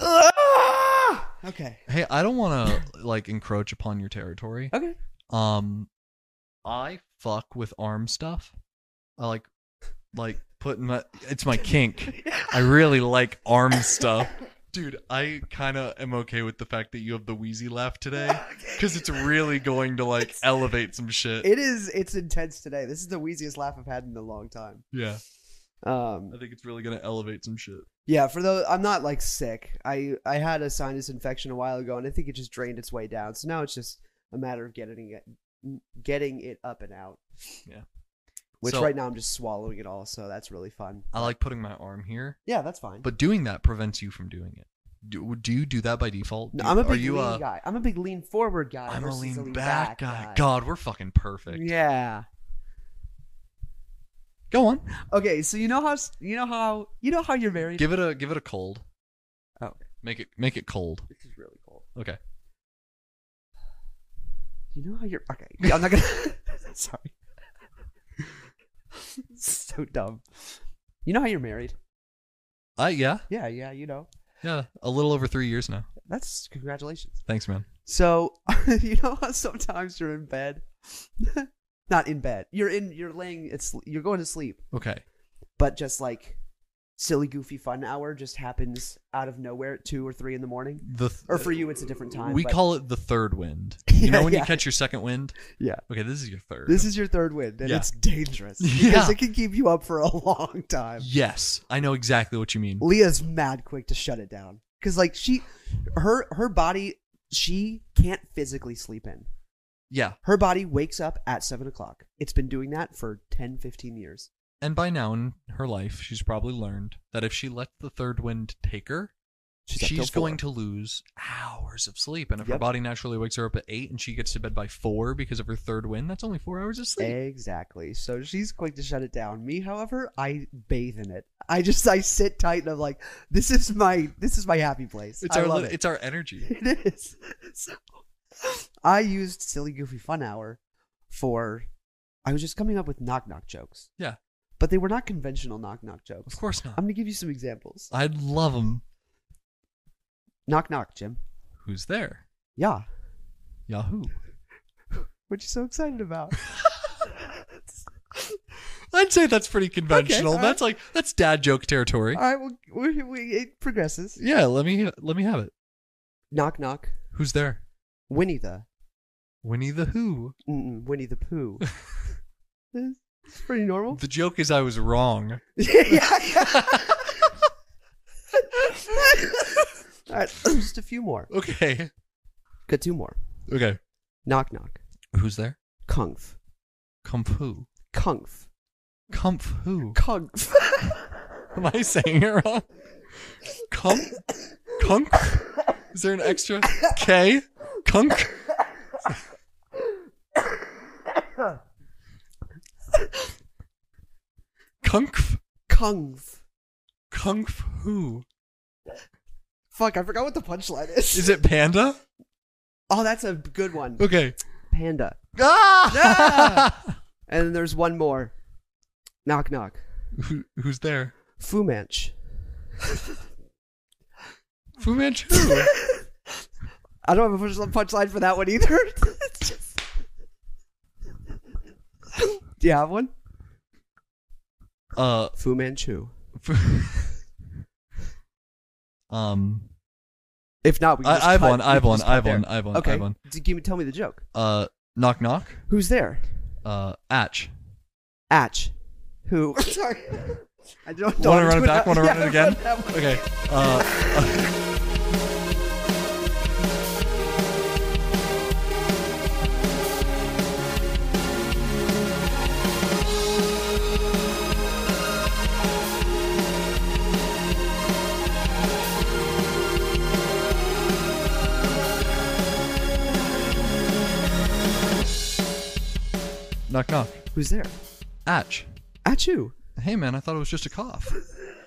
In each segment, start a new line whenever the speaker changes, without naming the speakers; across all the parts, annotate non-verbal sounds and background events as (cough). Ah! (laughs) Okay.
Hey, I don't want to like encroach upon your territory.
Okay.
Um, I fuck with arm stuff. I like, like putting my. It's my kink. I really like arm stuff. Dude, I kind of am okay with the fact that you have the wheezy laugh today because it's really going to like elevate some shit.
It is. It's intense today. This is the wheeziest laugh I've had in a long time.
yeah,
Um.
I think it's really gonna elevate some shit.
Yeah. For those, I'm not like sick. I I had a sinus infection a while ago, and I think it just drained its way down. So now it's just a matter of getting it, getting it up and out.
Yeah.
Which
So-
right now I'm just swallowing it all, so that's really fun.
I like putting my arm here,
Yeah, that's fine.
but doing that prevents you from doing it. Do, do you do that by default?
No,
Do-
I'm a
are
big
you
lean
uh,
guy. I'm a big lean forward guy.
I'm a
uh, versus
lean, back, guy. God, we're fucking perfect.
Yeah.
Go on.
Okay, so you know how s- you know how you know how you're married.
Give it a give it a cold.
oh,
Make it make it cold.
this is really cool.
Okay.
You know how you're okay. yeah, I'm not gonna. (laughs) Sorry. so dumb. You know how you're married.
Uh yeah.
Yeah, yeah, you know.
Yeah. A little over three years now.
That's congratulations.
Thanks, man.
So (laughs) you know how sometimes you're in bed, (laughs) not in bed. You're in. You're laying. It's you're going to sleep,
Okay.
but just like silly, goofy, fun hour just happens out of nowhere at two or three in the morning.
The th- uh,
Or for you, it's a different time.
we
but-
call it the third
(laughs)
wind.
Yeah,
you know when
yeah.
you catch your second wind?
yeah.
Okay, this is your third.
This is your third wind, and
Yeah.
it's
(laughs)
dangerous because
Yeah.
it can keep you up for a (laughs) long time.
Yes, I know exactly what you mean.
Leah's mad quick to shut it down because, like, she, her, her body, she can't physically sleep in.
Yeah.
Her body wakes up at seven o'clock. It's been doing that for 10, 15 years.
And by now in her life, she's probably learned that if she lets the third wind take her,
She's,
she's,
up till four.
going to lose hours of sleep. And if her
Yep.
body naturally wakes her up at eight and she gets to bed by four because of her third wind, that's only four hours of sleep.
Exactly. So she's quick to shut it down. Me, however, I bathe in it. I just I sit tight and I'm like, this is my this is my happy place.
It's
I
our
love
lit-
it.
it's our energy.
(laughs) It is. So I used Silly Goofy Fun Hour for I was just coming up with knock knock jokes.
Yeah,
But they were not conventional knock knock jokes.
of course
I'm
not.
gonna give you some examples.
I'd love them.
Knock knock, Jim.
Who's there?
Yeah. (laughs)
Yahoo.
What you so excited
(laughs)
about?
I'd say that's pretty conventional.
alright.
that's like that's dad joke territory.
All right, well, we, we, it progresses.
Yeah, let me let me have it.
Knock knock,
Who's there?
Winnie the,
Winnie the Who.
mm, Winnie the
(laughs)
Pooh. it's pretty normal.
The joke is I was wrong.
yeah, (laughs) yeah, yeah.
(laughs)
All right, (clears throat) just a few more.
Okay.
Got two more.
Okay.
Knock knock.
Who's there?
Kungf.
Kumpf who?
Kungf.
Kumpf who?
Kungf.
Am I saying it wrong? Kump? Kunk? Is there an extra K? Kunk? Kunkf?
Kungf.
Kunkf who?
Fuck, I forgot what the punchline is.
Is it panda?
Oh, that's a good one.
Okay.
Panda.
Ah!
And then there's one more. Knock knock.
Who, who's there?
Fu Manch.
Fu Manchu.
I don't have a punch- punchline for that one either. (laughs) It's just- Do you have one?
uh,
Fu Manchu.
Fu- (laughs) um,
If not, we can
I-
just
I have
cut-
one,
we
I have
can
one,
just
I have
cut
one,
there.
I have one, I
Okay.
have one.
D- Give me, tell me the joke.
uh, knock knock.
Who's there?
Uh, Atch.
Atch. Who? (laughs) Sorry. I don't,
Want to run
do
it back? Want
(laughs)
to
Yeah,
run it (laughs) again?
that one.
Okay. Uh, (laughs) Knock knock.
Who's there?
Atch.
At you.
Hey man, I thought it was just a cough.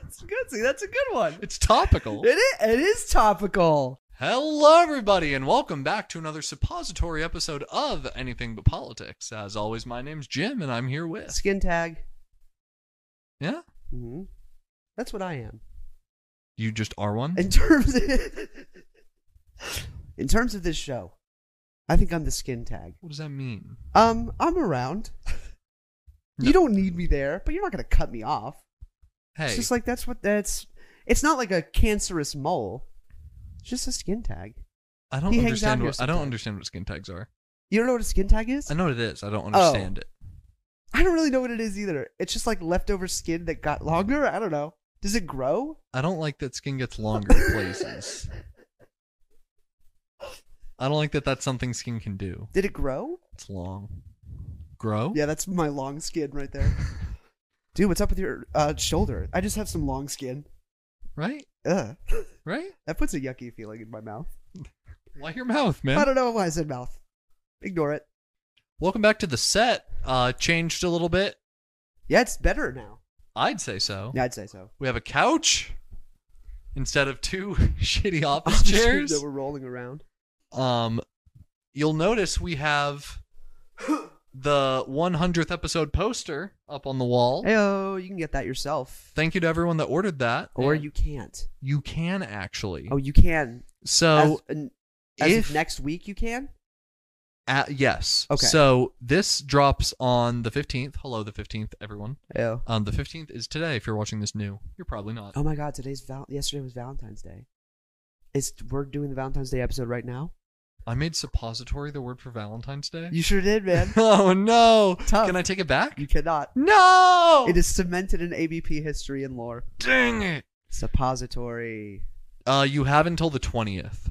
That's good. See, that's a good one.
It's topical.
It is, it is topical.
Hello, everybody, and welcome back to another suppository episode of Anything But Politics. As always, my name's Jim, and I'm here with.
Skin tag.
Yeah?
hmm That's what I am.
You just are one?
In terms in terms of this show, I think I'm the skin tag.
What does that mean?
Um, I'm around. You
No.
don't need me there, but you're not gonna cut me off.
Hey,
It's just like that's what that's. It's not like a cancerous mole. It's just a skin tag.
I don't
he hangs out
understand
here
what I don't
sometimes.
understand what skin tags are.
You don't know what a skin tag is?
I know what it is. I don't
Oh.
understand it.
I don't really know what it is either. It's just like leftover skin that got longer. I don't know. Does it grow?
I don't like that skin gets longer in places. I don't like that that's something skin can do.
Did it grow?
It's long. Grow?
Yeah, that's my long skin right
(laughs)
there. Dude, what's up with your uh, shoulder? I just have some long skin.
Right?
Ugh.
Right?
That puts a yucky feeling in my mouth.
Why your mouth, man?
I don't know why I said mouth. Ignore it.
Welcome back to the set. Uh changed a little bit.
Yeah, it's better now.
I'd say so.
Yeah, I'd say so.
We have a couch instead of two (laughs)
(laughs)
shitty office chairs.
that were rolling around.
Um you'll notice we have
(gasps)
the 100th episode poster up on the wall.
Heyo, you can get that yourself,
Thank you to everyone that ordered that.
or
And
you can't.
you can actually.
Oh, you can.
so
as, an- as
if
of next week you can.
uh, yes.
Okay.
So this drops on the 15th. Hello the 15th everyone.
Oh.
Um the 15th is today if you're watching this new. You're probably not.
Oh my God! Today's val- yesterday was Valentine's Day. Is we're doing the Valentine's Day episode right now?
I made suppository the word for Valentine's Day. (laughs)
You sure did, man.
oh no.
Tough.
Can I take it back?
you cannot.
No.
It is cemented in ABP history and lore.
dang it.
Suppository.
Uh you have until the 20th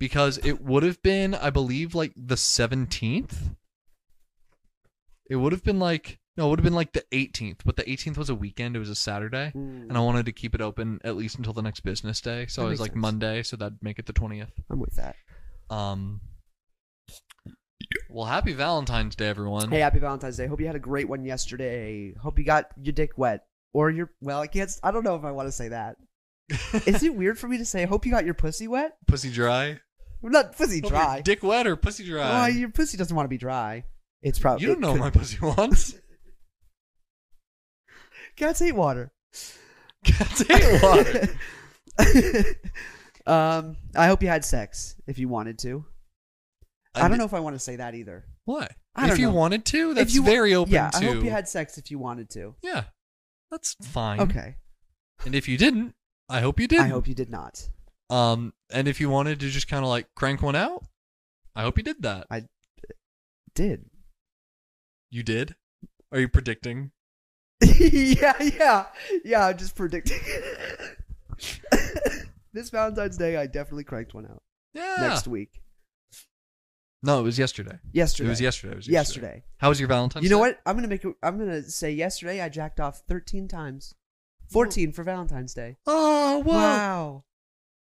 because it would have been I believe like the 17th. It would have been like no, it would have been like the 18th, but the 18th was a weekend, it was a Saturday,
Mm.
and I wanted to keep it open at least until the next business day. So
That
I was
makes
like
sense.
Monday, so that'd make it the 20th.
I'm with that.
Um Well, happy Valentine's Day everyone.
Hey, happy Valentine's Day. Hope you had a great one yesterday. Hope you got your dick wet. Or your well, I can't I don't know if I want to say that. Is it weird for me to say hope you got your pussy wet?
(laughs) Pussy dry.
Well, not pussy
Hope your
dry.
Dick wet or pussy dry?
Why your pussy doesn't want to be dry. It's probably
you don't
(laughs)
know my pussy wants. (laughs)
cats hate
(laughs)
water.
Cats
(laughs)
hate water.
um I hope you had sex if you wanted to. I, don't know if I want to say that either.
Why?
I
if
don't
you
know.
wanted to, that's
if you,
very open
Yeah,
to.
I hope you had sex if you wanted to.
Yeah, that's fine.
Okay.
And if you didn't, I hope you did.
I hope you did not.
Um, and if you wanted to just kind of like crank one out, I hope you did that.
I did.
You did. Are you predicting?
(laughs) yeah, yeah, yeah. I'm just predicting. (laughs) this Valentine's Day, I definitely cranked one out.
Yeah.
Next week,
No, it was yesterday.
yesterday.
It was yesterday. It was yesterday.
yesterday.
How was your Valentine's?
You know
Day?
what? I'm gonna make. It, I'm gonna say yesterday. I jacked off 13 times, 14 for Valentine's Day.
Oh, whoa!
Wow,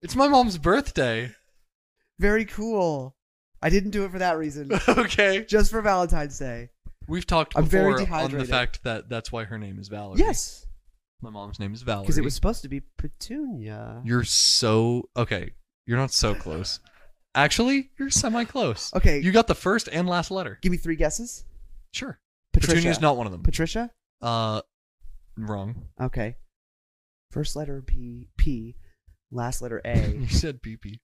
It's my mom's birthday. (laughs)
very cool. I didn't do it for that
(laughs)
reason,
okay.
just for Valentine's Day.
We've talked
I'm very
before on the
dehydrated.
fact that that's why her name is Valerie.
Yes,
My mom's name is Valerie.
because it was supposed to be Petunia.
You're so okay. You're not so close. Actually, you're semi close.
Okay.
You got the first and last letter.
Give me three guesses.
Sure.
Patricia.
Petunia's not one of them.
Patricia.
uh, wrong.
Okay. First letter P P, last letter A.
(laughs) you said PP.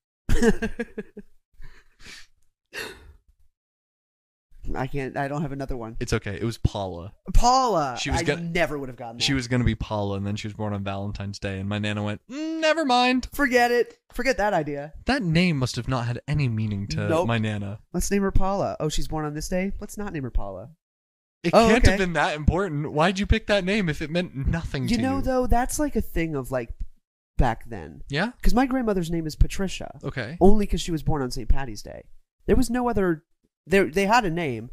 I can't. I don't have another one.
It's okay. It was Paula.
Paula.
She was
I
gonna-
never would have gotten that.
She was gonna be Paula, and then she was born on Valentine's Day, and my nana went, "Mm, "Never mind."
Forget it. Forget that idea.
That name must have not had any meaning to
Nope.
my nana.
Let's name her Paula. Oh, she's born on this day. Let's not name her Paula.
It
Oh,
can't
okay.
have been that important. Why'd you pick that name if it meant nothing
You
to
know,
you?
though, that's like a thing of like back then.
yeah.
Because my grandmother's name is Patricia.
Okay.
Only because she was born on St. Patty's Day. There was no other. There, they had a name.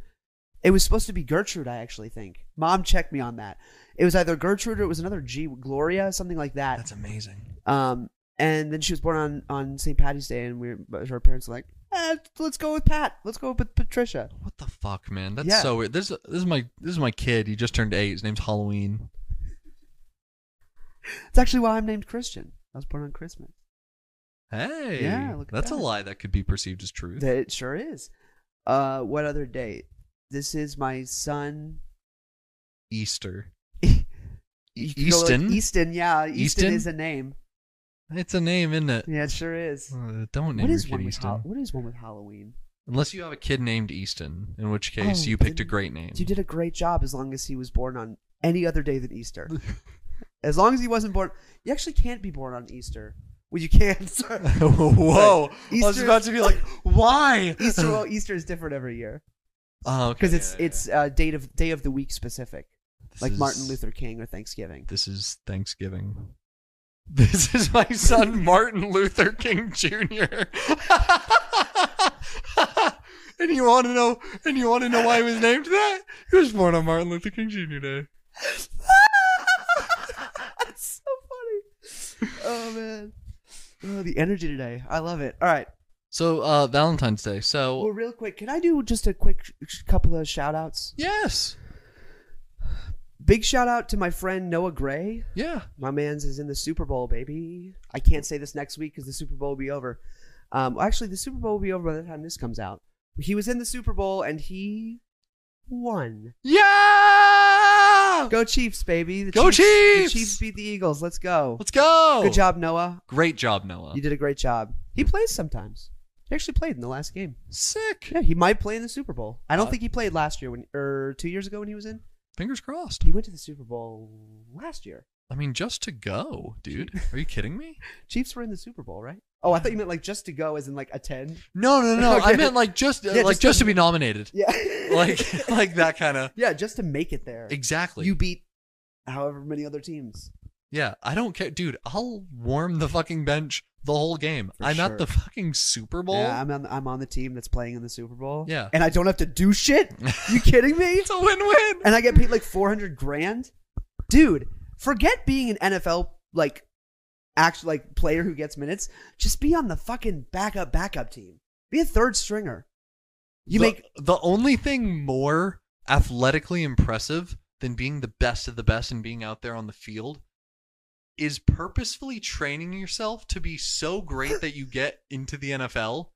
It was supposed to be Gertrude, I actually think. Mom checked me on that. It was either Gertrude or it was another G, Gloria, something like that.
That's amazing.
Um, and then she was born on on St. Patty's Day, and we were, but her parents were like, eh, let's go with Pat. Let's go with Patricia.
What the fuck, man? That's
Yeah.
so weird. This this is my this is my kid. He just turned eight. His name's Halloween.
It's actually why I'm named Christian. I was born on Christmas.
Hey,
Yeah, look at
that's
that.
a lie that could be perceived as truth.
That it sure is. Uh, what other date? This is my son.
Easter.
(laughs) You could go with
Easton?
Easton, yeah. Easton,
Easton?
is a name.
It's a name, isn't it?
Yeah, it sure is.
Uh, don't name
What is,
your
one
kid
with
Easton.
Hal- what is one with Halloween?
Unless you have a kid named Easton, in which case
Oh,
you picked a
then-
great name.
You did a great job as long as he was born on any other day than
(laughs)
Easter. as long as he wasn't born. You actually can't be born on Easter. Well, you can.
(laughs)
sorry.
Whoa! I was
Easter-
about to be like, why?
Easter, well, Easter is different every year
(laughs) Oh, okay,
because it's
yeah, yeah.
it's uh, date of day of the week specific,
This
like
is-
Martin Luther King or Thanksgiving.
(laughs) This is Thanksgiving. (laughs) This is my (laughs) son Martin Luther King Jr. (laughs) and you want to know? And you want to know why he was named that? He was born on Martin Luther King Jr. Day.
That's so funny. Oh man, oh, the energy today. I love it. All right.
(laughs) So uh, Valentine's Day. So
Well, real quick, can I do just a quick sh- sh- couple of shout outs?
yes,
Big shout out to my friend Noah Gray.
yeah.
My man's is in the Super Bowl, baby. I can't say this next week because the Super Bowl will be over. Um, actually, the Super Bowl will be over by the time this comes out. He was in the Super Bowl and he won.
Yeah!
Go Chiefs, baby. The
Go Chiefs!
The Chiefs beat the Eagles. Let's go.
Let's go!
Good job, Noah.
Great job, Noah.
You did a great job. He plays sometimes. He actually played in the last game.
Sick.
Yeah, he might play in the Super Bowl. I don't
Uh,
think he played last year when or two years ago when he was in.
Fingers crossed.
He went to the Super Bowl last year.
I mean, just to go, (laughs) dude. Are you kidding me?
Chiefs were in the Super Bowl, right? Oh, I thought you meant like just to go, as in like attend.
No, no, no. I
Okay.
meant like just
Yeah,
like
just
just, to
(laughs)
be nominated.
Yeah,
Like (laughs) like that kind of
(laughs) yeah, just to make it there.
exactly.
You beat however many other teams.
yeah, I don't care, dude. I'll warm the fucking bench the whole game.
For
I'm
sure.
at the fucking Super Bowl.
Yeah, I'm on, I'm on the team that's playing in the Super Bowl.
Yeah.
and I don't have to do
(laughs)
shit. You kidding me?
(laughs) it's a win-win.
and I get paid like 400 grand. Dude, forget being an NFL like act like player who gets minutes. Just be on the fucking backup backup team. Be a third stringer. You
the,
make
the only thing more athletically impressive than being the best of the best and being out there on the field is purposefully training yourself to be so great that you get into the NFL,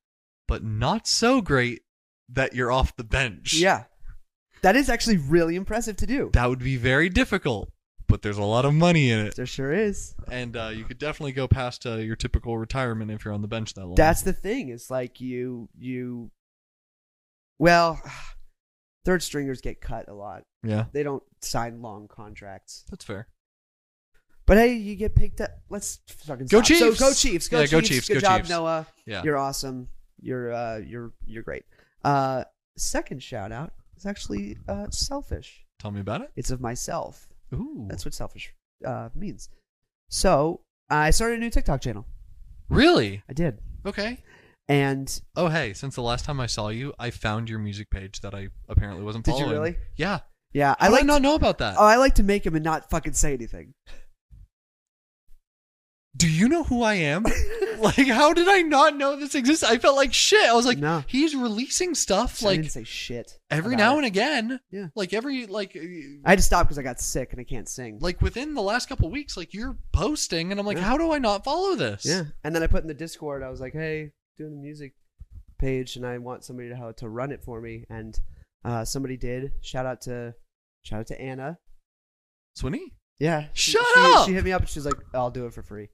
but not so great that you're off the bench.
yeah. That is actually really impressive to do.
That would be very difficult, but there's a lot of money in it.
There sure is.
And uh, you could definitely go past uh, your typical retirement if you're on the bench that long.
That's the thing. It's like you you well, (sighs) third stringers get cut a lot.
yeah,
They don't sign long contracts.
that's fair.
But hey, you get picked up. Let's fucking
Go
stop.
Chiefs!
So go Chiefs. Go
Yeah,
Chiefs.
go Chiefs,
Good
go
job,
Chiefs.
Noah.
Yeah.
you're awesome. You're uh, you're you're great. Uh, second shout out is actually uh, selfish.
Tell me about it.
It's of myself.
Ooh.
That's what selfish uh, means. So I started a new TikTok channel.
really?
I did,
Okay.
and
Oh hey, since the last time I saw you, I found your music page that I apparently wasn't
Did you
following.
really?
Yeah.
yeah,
I
I like.
did I not know about that.
oh, I like to make him and not fucking say anything.
Do you know who
(laughs)
I am? (laughs) like how did I not know this exists? I felt like shit. I was like,
No.
he's releasing stuff
I
like
didn't say shit.
every now and again.
Yeah.
Like every like uh,
I had to stop because I got sick and I can't sing.
like within the last couple weeks, like you're posting and I'm like,
Yeah.
how do I not follow this?
Yeah. And then I put in the Discord, I was like, hey, doing the music page and I want somebody to how to run it for me. And uh, somebody did. Shout out to shout out to Anna.
Swinney?
Yeah. she-
Shut
she-
up!
She hit me up and she's like, I'll do it for free.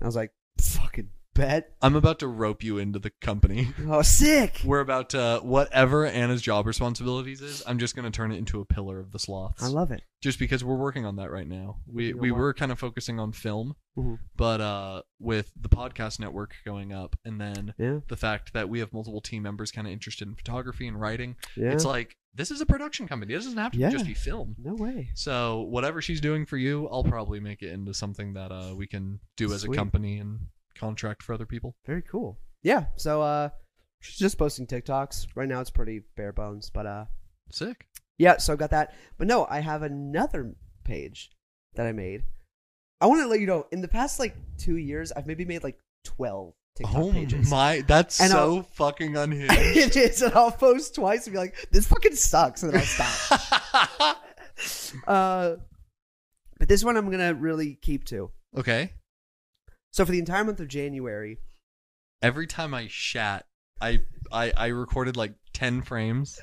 I was like, fucking bet.
I'm about to rope you into the company. (laughs)
Oh sick.
We're about to whatever Anna's job responsibilities is, I'm just gonna turn it into a pillar of the sloths.
I love it.
just because we're working on that right now. We
You know
we
what?
were kind of focusing on film,
Mhm.
but uh with the podcast network going up and then
Yeah.
the fact that we have multiple team members kind of interested in photography and writing,
Yeah.
it's like this is a production company. This doesn't have to
Yeah.
just be film.
no way.
So whatever she's doing for you, I'll probably make it into something that uh we can do as a
Sweet.
company and contract for other people.
Very cool. Yeah. So uh she's just posting TikToks. Right now it's pretty bare bones, but uh
Sick.
Yeah, so I've got that. But no, I have another page that I made. I want to let you know, in the past like two years, I've maybe made like 12 TikTok
Oh
pages.
my, that's
And
so fucking unhinged.
(laughs)
(laughs)
it is, and I'll post twice and be like, "This fucking sucks," and then I'll stop.
(laughs)
Uh, but this one I'm gonna really keep to.
okay.
So for the entire month of January,
Every time I shat, I I I recorded like ten frames.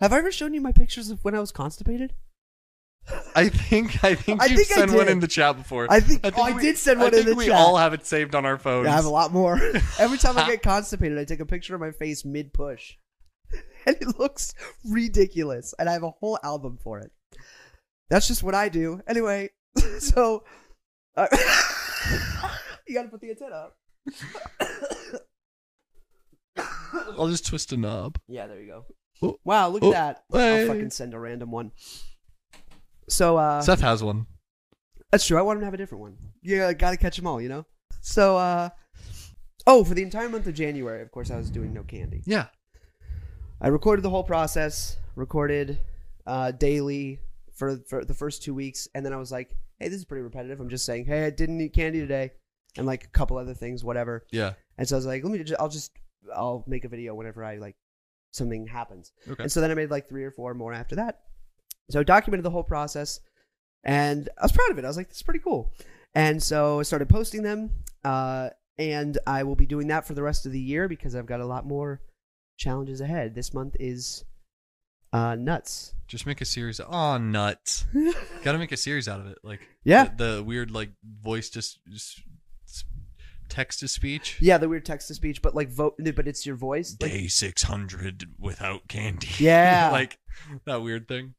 have I ever shown you my pictures of when I was constipated?
I think I think
I
you've
think I
sent one
did.
in the chat before.
I think- oh, I
we-
did send one
I
in
think
the
we
chat.
all have it saved on our phones.
I have a lot
(laughs)
more. Every time I get constipated, I take a picture of my face mid push, (laughs) and it looks ridiculous. And I have a whole album for it. That's just what I do. Anyway, (laughs) so uh, (laughs) you got to put the antenna up.
I'll just twist a knob.
Yeah, there you go.
Oh.
Wow, look
Oh.
at that.
Hey.
I'll fucking send a random one. So uh
Seth has one.
that's true. I want him to have a different one. Yeah, got to catch them all, you know. So uh oh, for the entire month of January, of course, I was doing no candy.
Yeah.
I recorded the whole process, recorded uh daily for, for the first 2 weeks and then I was like, "Hey, this is pretty repetitive. I'm just saying, "Hey, I didn't eat candy today." And like a couple other things, whatever.
Yeah.
And so I was like, "Let me just I'll just I'll make a video whenever I like something happens."
Okay.
And so then I made like three or four more after that. So I documented the whole process and I was proud of it. I was like, this is pretty cool. And so I started posting them. Uh, and I will be doing that for the rest of the year because I've got a lot more challenges ahead. This month is uh, nuts.
Just make a series.
(laughs)
Oh, nuts! Got to make a series out of it. Like
Yeah.
the, the weird like voice just, just text to speech.
Yeah, the weird text to speech, but like vote, but it's your voice. Like,
Day six hundred
(laughs)
without candy.
Yeah.
like that weird thing.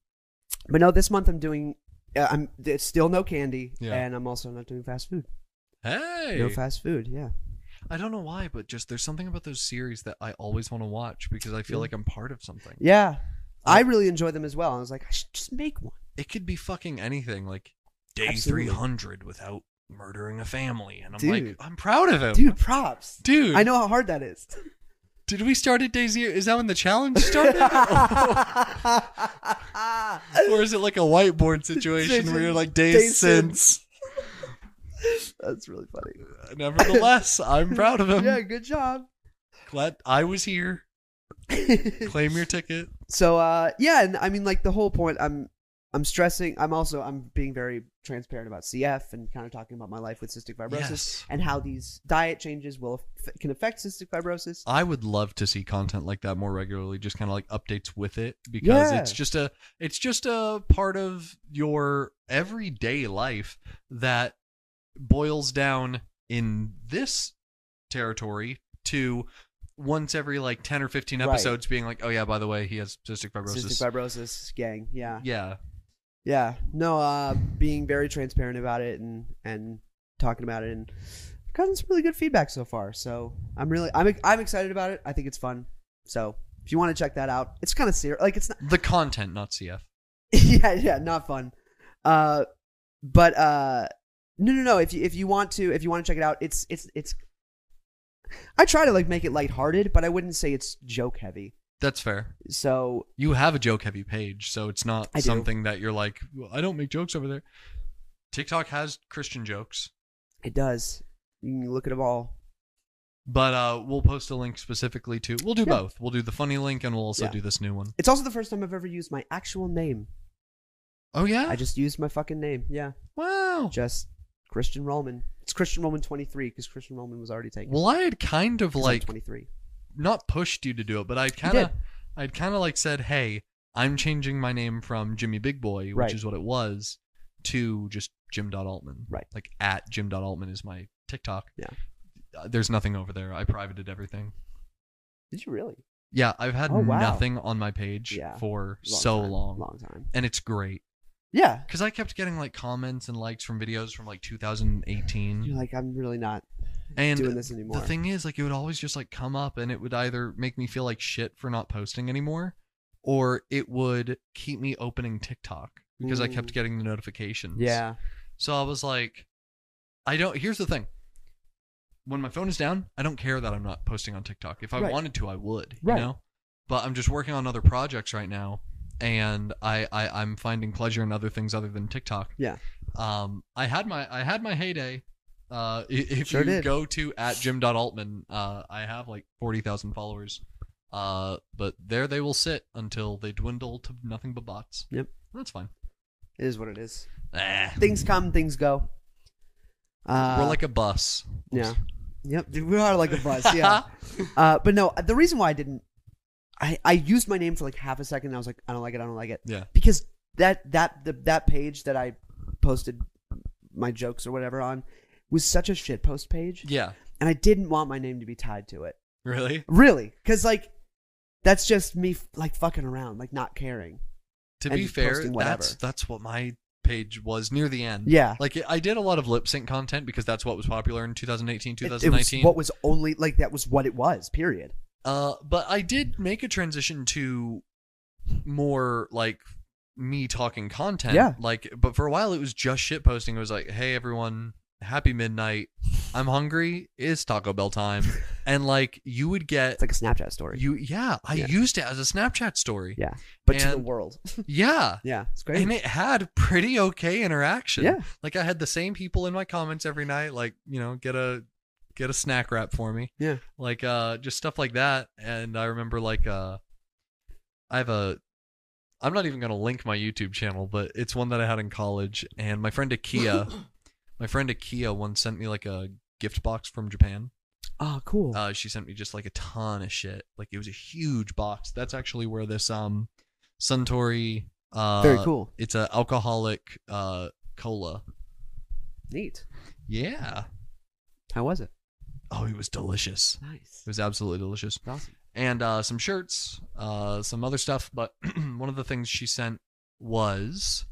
but no, this month I'm doing. Uh, I'm it's still no candy,
Yeah.
and I'm also not doing fast food.
Hey,
No fast food. Yeah.
I don't know why, but just there's something about those series that I always want to watch because I feel
Yeah.
like I'm part of something.
Yeah. I really enjoy them as well. I was like, I should just make one.
It could be fucking anything. Like day
Absolutely.
three hundred without murdering a family, and I'm
Dude.
like, I'm proud of him,
Dude, props.
Dude.
I know how hard that
(laughs)
is.
Did we start at day zero? Is that when the challenge
(laughs)
started? or is it like a whiteboard situation where you're like days,
Days
since?
(laughs) That's really funny.
Nevertheless, I'm proud of him.
Yeah, good job. (laughs)
Glad I was here. Claim your ticket.
so uh yeah, and I mean like the whole point I'm I'm stressing I'm also I'm being very transparent about CF and kind of talking about my life with cystic fibrosis
Yes.
and how these diet changes will aff- can affect cystic fibrosis.
I would love to see content like that more regularly, just kind of like updates with it because
Yeah.
it's just a it's just a part of your everyday life that boils down in this territory to once every like 10 or 15
Right.
episodes being like, "Oh yeah, by the way, he has cystic fibrosis."
Cystic fibrosis gang, yeah.
yeah.
yeah no uh being very transparent about it and and talking about it and I've gotten some really good feedback so far so i'm really i'm i'm excited about it i think it's fun so if you want to check that out it's kind of serious like it's not (laughs)
The content, not CF.
yeah yeah not fun uh but uh no no no if you if you want to if you want to check it out it's it's it's i try to like make it lighthearted but i wouldn't say it's joke heavy
That's fair.
so
You have a joke heavy page, so it's not
I do.
something that you're like, well, I don't make jokes over there. TikTok has Christian jokes,
it does you can look at them all
but uh, we'll post a link specifically to. We'll do
Yeah.
both. We'll do the funny link and we'll also
Yeah.
do this new one.
it's also the first time i've ever used my actual name
Oh yeah!
I just used my fucking name. Yeah.
wow.
Just Christian Roman. It's Christian Roman 23 because Christian Roman was already taken.
well, I had kind of
'Cause I'm
like
23.
not pushed you to do it, but I kind of,
did.
I'd kind of like said, "Hey, I'm changing my name from Jimmy Big Boy, which
Right.
is what it was, to just Jim Dot Altman."
Right.
Like at Jim Dot Altman is my TikTok.
Yeah.
Uh, There's nothing over there. I privated everything.
Did you really?
Yeah, I've had
Oh, wow.
nothing on my page
Yeah.
for so
time.
long,
Long time.
and it's great
Yeah.
because I kept getting like comments and likes from videos from like 2018.
You're like, I'm really not.
Mm-hmm. and
doing this anymore.
The thing is, like, it would always just like come up, and it would either make me feel like shit for not posting anymore, or it would keep me opening TikTok because I kept
Mm.
getting the notifications.
Yeah.
So I was like, I don't. Here's the thing. When my phone is down, I don't care that I'm not posting on TikTok. If I
Right.
wanted to, I would.
Right.
You know. But I'm just working on other projects right now, and I, I I'm finding pleasure in other things other than TikTok
Yeah.
um, I had my I had my heyday. Uh, i- if
Sure
you
did.
go to at jim.altman, uh, I have like 40,000 followers. Uh, but there they will sit until they dwindle to nothing but bots.
Yep.
That's fine.
It is what it is.
Ah,
Things come, things go. Uh,
we're like a bus.
yeah, yep. dude, We are like a
(laughs)
bus. Yeah. uh, but no, the reason why I didn't, I I used my name for like half a second. And I was like, I don't like it. I don't like it.
Yeah.
because that that the, that page that I posted my jokes or whatever on was such a shit post page,
Yeah.
and I didn't want my name to be tied to it.
Really?
Really, because like that's just me f- like fucking around, like not caring.
To
And
be
just
fair,
posting
that's
whatever.
that's what my page was near the end.
Yeah.
Like I did a lot of lip sync content because that's what was popular in 2018,
It- it was
2019.
what was only like that was what it was. Period.
Uh, but I did make a transition to more like me talking content.
Yeah.
Like, but for a while it was just shit posting. It was like, hey everyone, happy midnight. I'm hungry. It's Taco
(laughs)
Bell time. and like you would get
It's like a Snapchat story.
you yeah, I
Yeah.
used it as a Snapchat story.
yeah, but to the
And-
world.
Yeah.
yeah, it's great.
(laughs) And it had pretty okay interaction.
Yeah.
Like I had the same people in my comments every night, like, you know, get a get a snack wrap for me
yeah,
like uh just stuff like that and i remember like uh i have a i'm not even gonna link my youtube channel but it's one that i had in college and my
(coughs)
friend akia my friend akia once sent me like a gift box from japan
oh cool.
uh she sent me just like a ton of shit like it was a huge box that's actually where this um suntory uh
Very cool.
it's a alcoholic uh cola
Neat.
yeah
How was it?
oh it was delicious
Nice.
it was absolutely delicious
awesome.
and uh, some shirts, uh, some other stuff. But (clears throat) one of the things she sent was,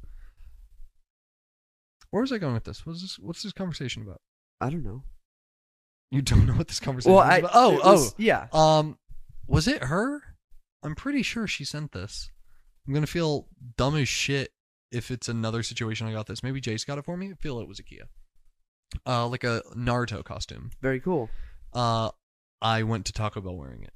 where was I going with this? What's this? What's this conversation about?
I don't know.
You don't know what this conversation is about. Oh,
it
oh,
was- yeah.
um, was it her? I'm pretty sure she sent this. I'm gonna feel dumb as shit if it's another situation I got this. Maybe Jace got it for me. I feel it was Ikea, uh, like a Naruto costume.
Very cool.
Uh, I went to Taco Bell wearing it,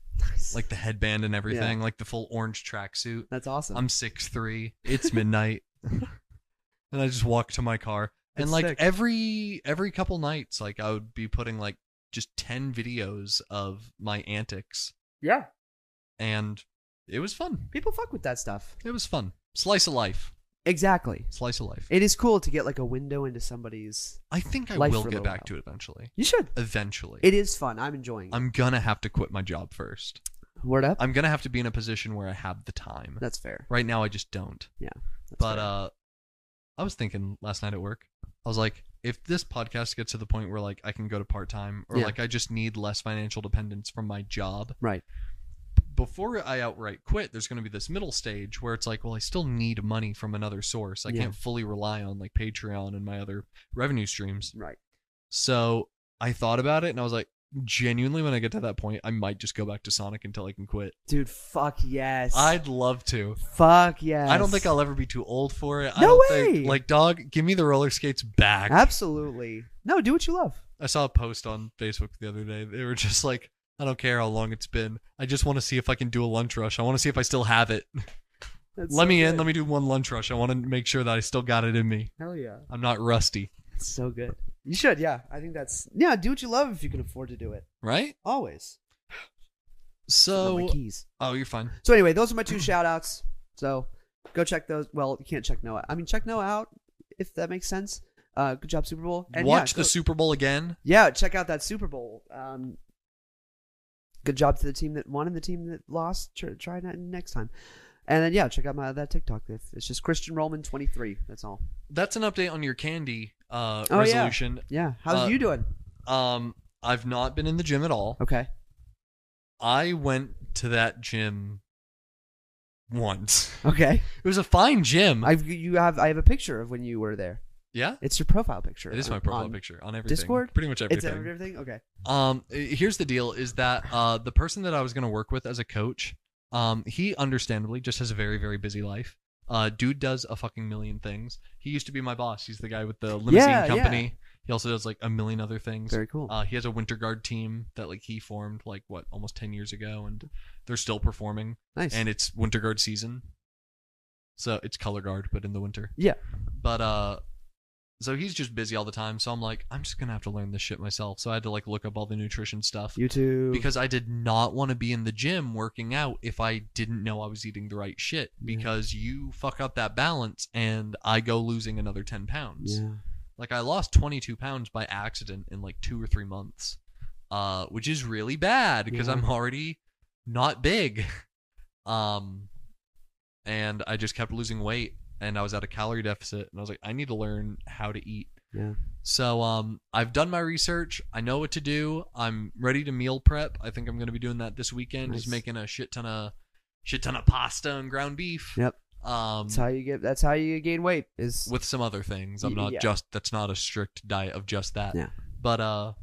like the headband and everything, like the full orange tracksuit.
That's awesome.
I'm six three. It's midnight,
(laughs)
and I just walk to my car. And
That's
like
sick.
every every couple nights, like I would be putting like just ten videos of my antics,
yeah.
and it was fun.
People fuck with that stuff.
It was fun. Slice of life.
Exactly.
Slice of life.
It is cool to get like a window into somebody's.
I think I
Life
will
for a
get
little
back
while.
to it eventually.
You should.
Eventually,
It is fun. I'm enjoying it.
I'm gonna have to quit my job first.
Word up.
I'm gonna have to be in a position where I have the time.
That's fair.
Right now, I just don't.
Yeah. that's
but
fair.
uh i was thinking last night at work i was like if this podcast gets to the point where like i can go to part-time or
Yeah.
like i just need less financial dependence from my job
right.
before i outright quit there's going to be this middle stage where it's like well i still need money from another source i
Yeah.
can't fully rely on like patreon and my other revenue streams
Right.
so i thought about it and i was like genuinely when i get to that point i might just go back to sonic until i can quit
Dude, fuck yes.
i'd love to
Fuck yes.
I don't think I'll ever be too old for it. I
No
don't Think,
way!
like, dog, give me the roller skates back.
Absolutely. No, do what you love.
I saw a post on Facebook the other day. They were just like, I don't care how long it's been. I just want to see if I can do a lunch rush. I want to see if I still have it.
That's
let
so
me in.
good.
Let me do one lunch rush. I want to make sure that I still got it in me.
Hell yeah.
I'm not rusty,
That's so good. You should. Yeah. I think that's. Yeah. Do what you love if you can afford to do it.
right?
Always. Not my
So,
keys.
oh, you're fine.
So anyway, those are my two shout outs. So go check those. Well, you can't check Noah. I mean, check Noah out if that makes sense. Uh, good job, Super Bowl. And
Watch
yeah,
the
go-
Super Bowl again.
Yeah, check out that Super Bowl. Um, good job to the team that won and the team that lost. Try, try that next time. And then yeah, check out my that TikTok. It's it's just Christian Roman twenty three. That's all.
That's an update on your candy uh,
Oh, yeah.
resolution.
Yeah. How's
Uh,
you doing?
Um, I've not been in the gym at all.
Okay.
I went to that gym once.
Okay.
It was a fine gym.
I've you have I have a picture of when you were there.
yeah,
It's your profile picture.
it is my
on-
profile
on
picture on everything.
Discord.
pretty much
It's
everything.
everything. Okay.
Um, eh, here's the deal: is that uh, the person that I was going to work with as a coach, um, he understandably just has a very very busy life. Uh, dude does a fucking million things. He used to be my boss. He's the guy with the limousine
Yeah, yeah.
company. He also does like a million other things.
Very cool.
Uh, he has a winter guard team that like he formed like what almost ten years ago, and they're still performing.
nice.
And it's winter guard season, so it's color guard, but in the winter.
yeah.
But uh So he's just busy all the time. So I'm like, I'm just gonna have to learn this shit myself. So I had to like look up all the nutrition stuff
You too.
because I did not want to be in the gym working out if I didn't know I was eating the right shit.
Yeah.
Because you fuck up that balance and I go losing another ten pounds.
yeah.
Like I lost 22 pounds by accident in like two or three months, uh, which is really bad because
Yeah.
I'm already not big. (laughs) Um, and I just kept losing weight, and I was at a calorie deficit, and I was like, I need to learn how to eat.
Yeah.
So um, I've done my research. I know what to do. I'm ready to meal prep. I think I'm gonna be doing that this weekend. Just
Nice.
making a shit ton of shit ton of pasta and ground beef.
Yep.
Um,
That's how you get. That's how you gain weight. Is
with some other things. I'm
Y-
not
yeah.
just that's not a strict diet of just that.
Yeah.
But uh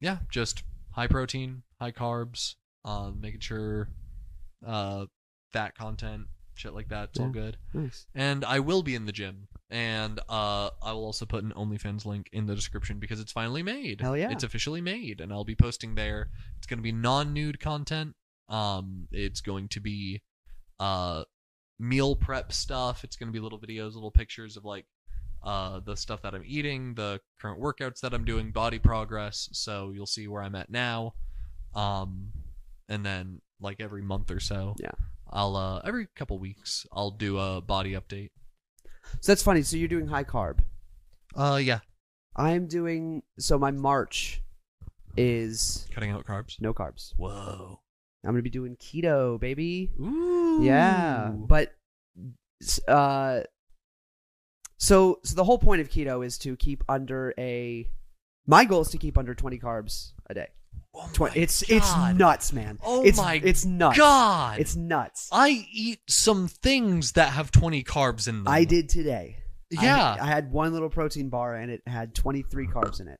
yeah, just high protein, high carbs, um making sure uh fat content, shit like that, it's all
Yeah.
good.
nice.
And I will be in the gym. And uh I will also put an OnlyFans link in the description because it's finally made.
Hell yeah.
It's officially made and I'll be posting there. It's gonna be non nude content. Um it's going to be uh meal prep stuff. It's gonna be little videos, little pictures of like uh the stuff that I'm eating, the current workouts that I'm doing, body progress. So you'll see where I'm at now. Um and then like every month or so.
Yeah.
I'll uh every couple weeks I'll do a body update.
So that's funny. So you're doing high carb.
Uh yeah.
I'm doing. So my March is
Cutting out carbs.
no carbs.
Whoa.
I'm gonna be doing keto, baby.
Ooh.
Yeah, but s- uh, so so the whole point of keto is to keep under a. My goal is to keep under 20 carbs a day.
oh my
20. It's it's
God.
nuts, man.
Oh
it's,
my
It's nuts.
God. Oh
It's nuts.
I eat some things that have 20 carbs in them.
I did today. I-
Yeah.
I, had one little protein bar and it had 23 carbs
(laughs)
in it.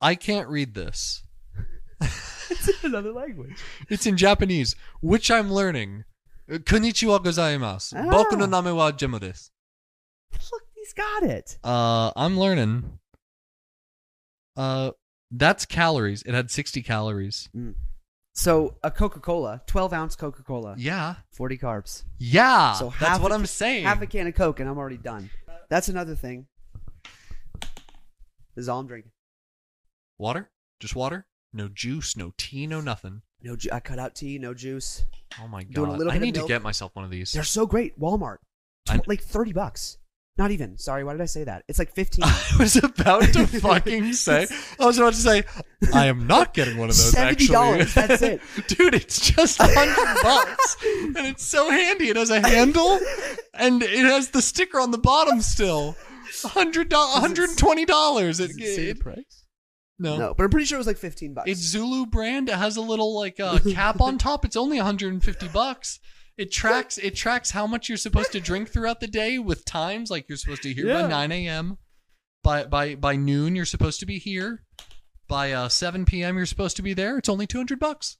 I can't read this.
It's in another language.
It's in Japanese, which I'm learning. Uh, Konnichiwa gozaimasu.
Ah.
Boku no name wa Jimo desu.
Look, he's got it.
Uh, I'm learning. Uh, that's calories. It had 60 calories.
So a Coca Cola, 12 ounce Coca Cola,
Yeah.
40 carbs.
Yeah.
So half
that's what
a-
I'm saying.
Half a can of Coke and I'm already done. That's another thing. This is all I'm drinking.
water? Just water? No juice, no tea, no nothing.
No, ju- I cut out tea, no juice.
Oh my god.
Doing a little bit
I
of
need to
milk.
get myself one of these.
They're so great. Walmart, Tw-
I-
like 30 bucks. Not even. Sorry, why did I say that? It's like
(laughs)
15.
(laughs) I was about
(laughs)
to fucking say. I was about to say, I am not getting one of those.
$70,
actually.
that's it.
(laughs) dude. It's just
(laughs)
a hundred bucks, and it's so handy. It has a handle, and it has the sticker on the bottom still. Hundred dollars, hundred and twenty dollars. It,
Does it say the
it,
price?
no.
No. but I'm pretty sure it was like 15 bucks.
It's Zulu brand. It has a little like
(laughs)
uh, cap on top. It's only 150 bucks. It tracks. It tracks how much you're supposed to drink throughout the day with times. Like you're supposed to here by
Yeah.
9 a.m. By by by noon, you're supposed to be here. By uh, 7 p.m., you're supposed to be there. It's only 200 bucks.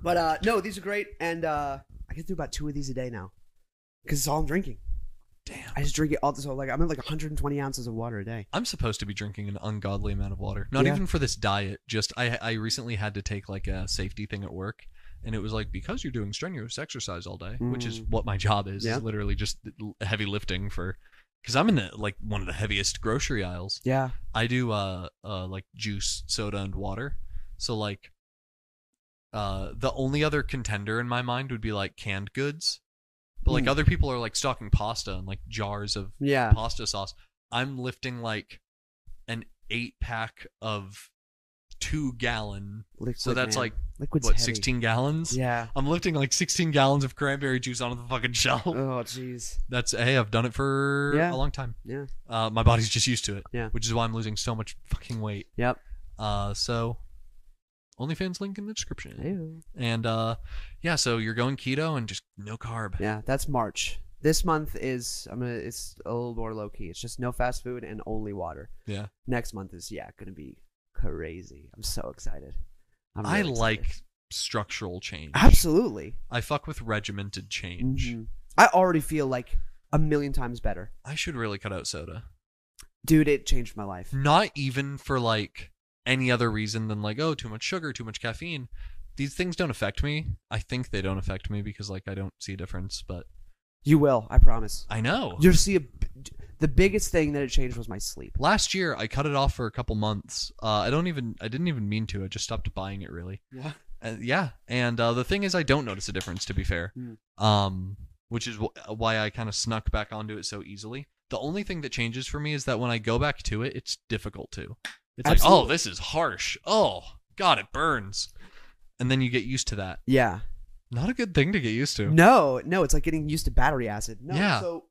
But uh, no, these are great, and uh, I get through about two of these a day now, because it's all I'm drinking.
Damn.
I just drink it all this whole like I'm at like 120 ounces of water a day.
I'm supposed to be drinking an ungodly amount of water. Not
Yeah.
even for this diet. Just I I recently had to take like a safety thing at work, and it was like because you're doing strenuous exercise all day, which is
Mm.
what my job is.
Yeah.
Is literally just l- heavy lifting for. Because I'm in the like one of the heaviest grocery aisles.
Yeah,
I do uh uh like juice, soda, and water. So like, uh, the only other contender in my mind would be like canned goods, but like
Mm.
other people are like stocking pasta and like jars of
yeah,
pasta sauce. I'm lifting like an eight pack of two gallon.
liquid.
so that's
man.
like
liquid's
what
heavy.
16 gallons.
Yeah.
I'm lifting like 16 gallons of cranberry juice onto the fucking (laughs) shelf.
Oh jeez.
That's hey, I've done it for
Yeah.
a long time.
Yeah.
Uh, my body's just used to it.
Yeah.
Which is why I'm losing so much fucking weight.
Yep.
Uh, so OnlyFans link in the description. And uh, yeah, so you're going keto and just no carb.
Yeah, that's March. This month is I'm gonna. It's a little more low key. It's just no fast food and only water.
Yeah.
Next month is yeah gonna be crazy. I'm so excited. I'm
I
really
like
excited.
structural change.
absolutely.
I fuck with regimented change.
Mhm. I already feel like a million times better.
I should really cut out soda.
Dude, it changed my life.
Not even for like any other reason than like, oh, too much sugar, too much caffeine. These things don't affect me. I think they don't affect me because like I don't see a difference, but
You will, I promise.
I know.
You'll see a, the biggest thing that it changed was my sleep.
Last year, I cut it off for a couple months. Uh, I don't even. I didn't even mean to. I just stopped buying it. Really.
Yeah.
Uh, yeah. And uh, the thing is, I don't notice a difference. To be fair.
Hmm.
Um, which is wh- why I kind of snuck back onto it so easily. The only thing that changes for me is that when I go back to it, it's difficult to. It's like, oh,
Absolutely.
this is harsh. Oh, God, it burns. And then you get used to that.
Yeah.
Not a good thing to get used to.
No, no, it's like getting used to battery acid. No,
Yeah.
So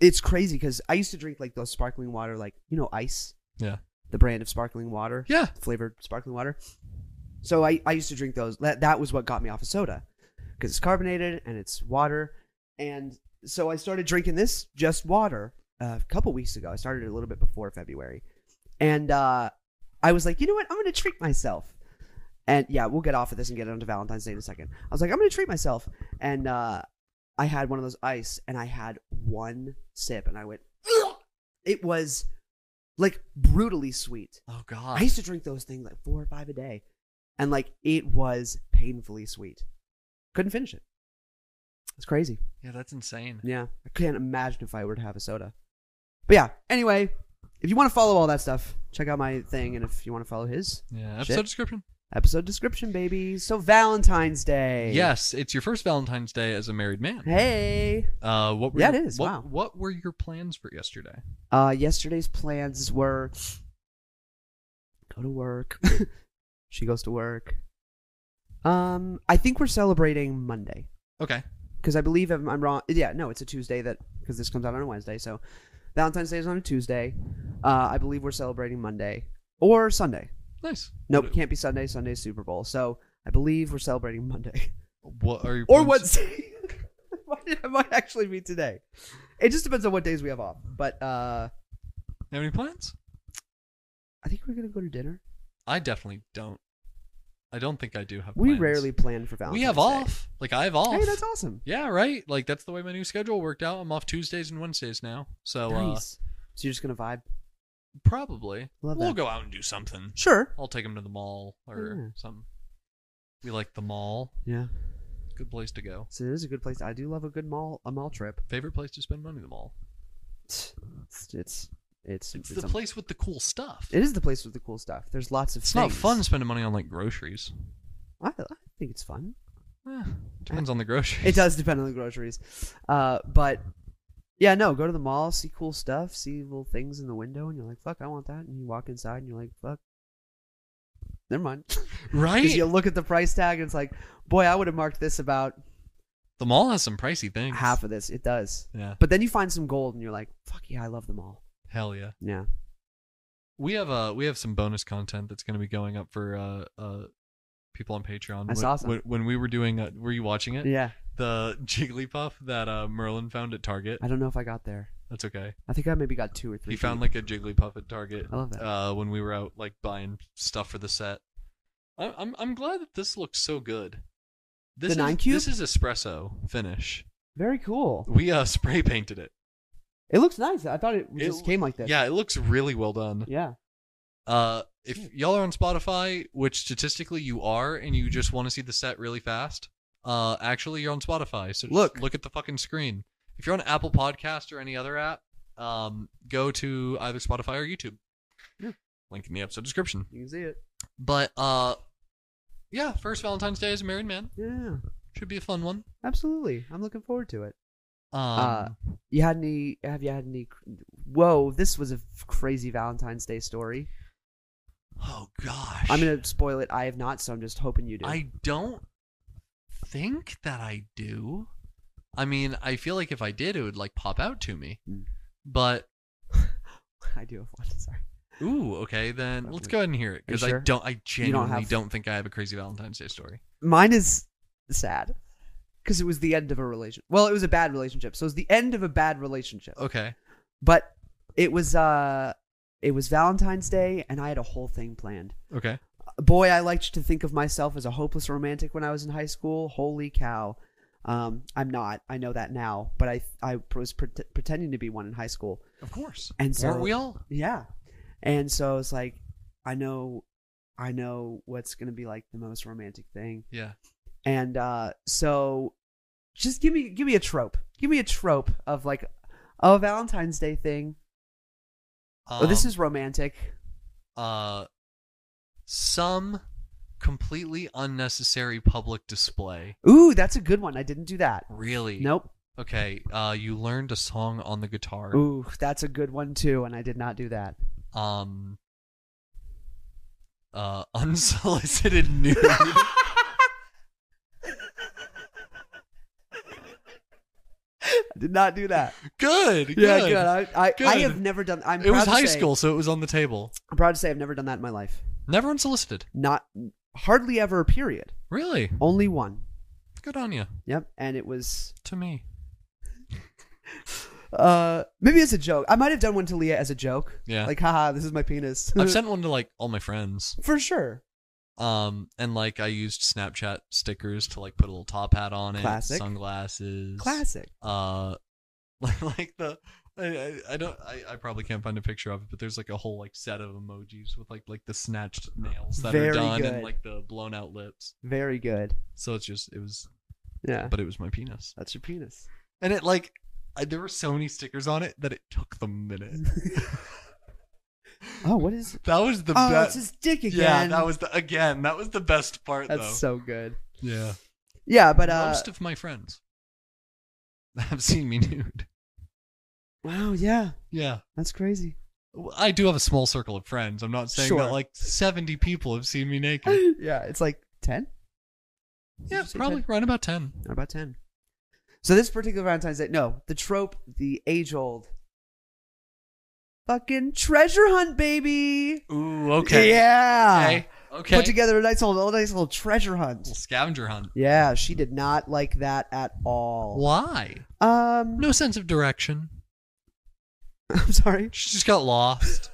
it's crazy because I used to drink like those sparkling water, like you know, ice,
Yeah.
the brand of sparkling water,
Yeah.
flavored sparkling water. So I, I used to drink those. That that was what got me off of soda because it's carbonated and it's water, and so I started drinking this just water uh, a couple weeks ago. I started a little bit before February, and uh, I was like, you know what, I'm gonna treat myself. And yeah, we'll get off of this and get onto Valentine's Day in a second. I was like, I'm gonna treat myself, and uh, I had one of those ice, and I had one sip, and I went, it was like brutally sweet.
Oh God.
I used to drink those things like four or five a day, and like it was painfully sweet. Couldn't finish it. It's crazy.
yeah, that's insane.
Yeah, I can't imagine if I were to have a soda. But yeah. Anyway, if you want to follow all that stuff, check out my thing, and if you want to follow his
Yeah.
Shit.
Episode description.
episode description, baby. So Valentine's Day.
Yes, it's your first Valentine's Day as a married man.
Hey.
Uh, what were
Yeah,
your-
it is.
What,
Wow.
What were your plans for yesterday?
Uh, yesterday's plans were go to work. (laughs) she goes to work. Um, I think we're celebrating Monday.
Okay.
because I believe if I'm wrong. Yeah, no, it's a Tuesday that because this comes out on a Wednesday. So Valentine's Day is on a Tuesday. Uh, I believe we're celebrating Monday or Sunday.
Nice.
Nope, it
What,
can't be Sunday. Sunday's Super Bowl. So I believe we're celebrating Monday
what are your
(laughs) or
plans-
Wednesday. Might- it might actually be today. It just depends on what days we have off. But uh,
Have any plans?
I think we're gonna go to dinner.
I definitely don't. I don't think I do have.
We
plans.
rarely plan for Valentine's.
We have
Day.
off. Like I have off.
Hey, that's awesome.
Yeah, right. Like that's the way my new schedule worked out. I'm off Tuesdays and Wednesdays now. So uh,
nice. So you're just gonna vibe?
probably
Love
we'll
that. Hmm.
go out and do something.
Sure.
I'll take him to the mall or
Yeah.
something. We like the mall.
Yeah.
Good place to go.
So it is a good place. I do love a good mall a mall trip.
Favorite place to spend money? The mall.
it's it's it's,
It's,
it's
the
um,
place with the cool stuff.
It is the place with the cool stuff. There's lots of.
It's not
things.
fun spending money on like groceries.
I, I think it's fun.
Eh, depends on the groceries.
It does depend on the groceries, uh, but yeah, no. Go to the mall, see cool stuff, see little things in the window, and you're like, "Fuck, I want that." And you walk inside, and you're like, "Fuck." Never mind.
(laughs)
(laughs)
right?
Because you look at the price tag, and it's like, boy, I would have marked this about
The mall has some pricey things.
half of this. It does.
Yeah.
But then you find some gold, and you're like, fuck yeah, I love them all.
Hell yeah.
Yeah.
We have uh we have some bonus content that's going to be going up for uh uh people on Patreon.
That's awesome.
When, when we were doing, uh, were you watching it?
Yeah.
The (laughs) Jigglypuff that uh Merlin found at Target.
I don't know if I got there.
That's okay.
I think I maybe got two or three.
He found
deep.
like a Jigglypuff at Target.
I love that.
Uh, when we were out like buying stuff for the set. I'm I'm I'm glad that this looks so good. This
The
is,
nine cube?
This is espresso finish.
Very cool.
We uh (laughs) spray painted it.
It looks nice. I thought it
It-
just came like this.
Yeah, it looks really well done.
Yeah.
Uh,
Hmm.
if y'all are on Spotify, which statistically you are, and you just want to see the set really fast, uh, actually you're on Spotify. So just
Look.
look at the fucking screen. If you're on Apple Podcast or any other app, um, go to either Spotify or YouTube.
Yeah.
Link in the episode description.
You can see it.
But uh, yeah, first Valentine's Day as a married man
Yeah.
should be a fun one.
Absolutely. I'm looking forward to it.
Um,
Uh, You had any have you had any Whoa, this was a f- crazy Valentine's Day story.
oh gosh,
I'm going to spoil it. I have not, so I'm just hoping you do.
I don't think that I do. I mean, I feel like if I did, it would like pop out to me.
Mm.
But
(laughs) I do have one. Sorry.
ooh, okay, then let's go ahead and hear it
Are you
because I
sure?
don't. I genuinely don't,
have-
think I have a crazy Valentine's Day story.
Mine is sad cuz it was the end of a relationship. Well, it was a bad relationship. So it was the end of a bad relationship.
Okay,
But it was uh it was Valentine's Day and I had a whole thing planned.
okay.
boy, I liked to think of myself as a hopeless romantic when I was in high school. Holy cow. Um, I'm not. I know that now, but I I was pre- pretending to be one in high school.
Of course.
And so-
aren't we all?
Yeah. And so it's like I know I know what's going to be like the most romantic thing.
Yeah.
And uh so just give me give me a trope. Give me a trope of like a Valentine's Day thing. oh, this
Um,
is romantic.
uh, some completely unnecessary public display.
Ooh, that's a good one. I didn't do that.
Really?
Nope.
Okay. Uh, you learned a song on the guitar.
Ooh, that's a good one too, and I did not do that.
Um. Uh, (laughs) unsolicited
(laughs)
nude.
I did not do that.
(laughs) good.
Yeah,
good.
good. I, I, I
Good.
have never done. I'm
it
proud
was
to
high
say-
school, so it was on the table.
I'm proud to say I've never done that in my life.
Never unsolicited.
Not hardly ever. Period.
Really?
Only one.
Good on you.
Yep. And it was
To me.
uh maybe as a joke. I might have done one to Leah as a joke.
Yeah.
Like, haha, this is my penis.
I've sent one to like all my friends.
(laughs) for sure.
Um, and like I used Snapchat stickers to like put a little top hat on it,
Classic.
sunglasses,
Classic.
uh, (laughs) like the. I, I, I don't I, I probably can't find a picture of it, but there's like a whole like set of emojis with like like the snatched nails that are
Very
done
good.
and like the blown out lips.
Very good.
So it's just it was,
Yeah.
but it was my penis,
That's your penis.
and it like I, there were so many stickers on it that it took the minute.
(laughs) Oh, what is?
That was the
oh, it's
best.
his dick again.
Yeah, that was the again. That was the best part
That's
though.
so good.
yeah.
Yeah, but uh.
Most of my friends (laughs) have seen me nude.
wow. Yeah,
Yeah.
that's crazy.
Well, I do have a small circle of friends. I'm not saying
Sure.
that like 70 people have seen me naked.
(laughs) yeah, it's like ten.
yeah, probably around about 10.
about ten. So this particular Valentine's Day, no, the trope, the age-old, fucking treasure hunt, baby.
Ooh, okay.
Yeah.
Okay. Okay.
Put together a nice little, a nice little treasure hunt.
Little scavenger hunt.
Yeah, she did not like that at all.
Why?
Um,
No sense of direction.
(laughs) I'm sorry,
She just got lost.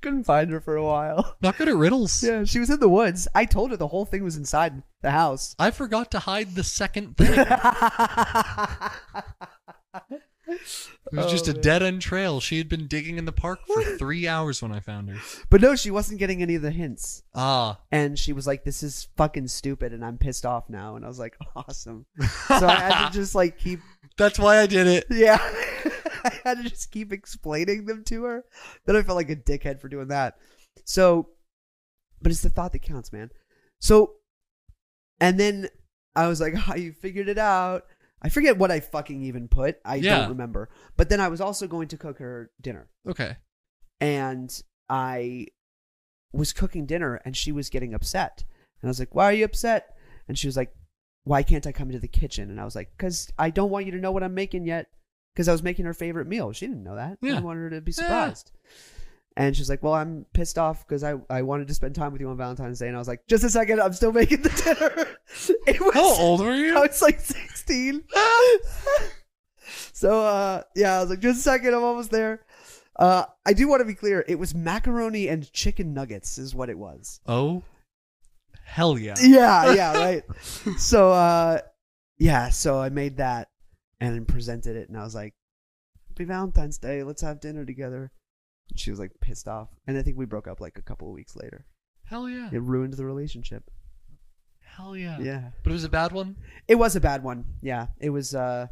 couldn't find her for a while.
(laughs) Not good at riddles.
Yeah, she was in the woods. I told her the whole thing was inside the
(laughs)
house. (laughs)
I forgot to hide the second thing. It was
Oh,
just a
man.
dead end trail. She had been digging in the park for three hours when I found
(laughs)
her.
But no, she wasn't getting any of the hints.
Ah,
And she was like, this is fucking stupid and I'm pissed off now. And I was like, (laughs) awesome. So I
(laughs)
had to just like keep,
that's why I did it.
yeah. (laughs) I had to just keep explaining them to her. Then I felt like a dickhead for doing that. So, but it's the thought that counts, man. So, and then I was like, (laughs) oh, you figured it out. I forget what I fucking even put. I
Yeah.
don't remember. But then I was also going to cook her dinner.
Okay.
and I was cooking dinner and she was getting upset. And I was like, Why are you upset? And she was like, Why can't I come into the kitchen? And I was like, Because I don't want you to know what I'm making yet. Because I was making her favorite meal. She didn't know that. I
Yeah. Eh.
wanted her to be
Yeah.
surprised. And she's like, Well, I'm pissed off because I, I wanted to spend time with you on Valentine's Day. And I was like, Just a second, I'm still making the dinner. (laughs) it was
How old were
(laughs)
you?
I was like 16. so uh yeah, I was like, just a second, I'm almost there. Uh I do want to be clear, it was macaroni and chicken nuggets is what it was.
Oh, hell yeah.
Yeah, yeah, right. so uh yeah, so I made that and then presented it and I was like, Happy Valentine's Day, let's have dinner together. And she was like pissed off. And I think we broke up like a couple of weeks later.
Hell yeah.
It ruined the relationship.
Hell yeah.
Yeah.
But it was a bad one?
It was a bad one. Yeah, it was. Uh,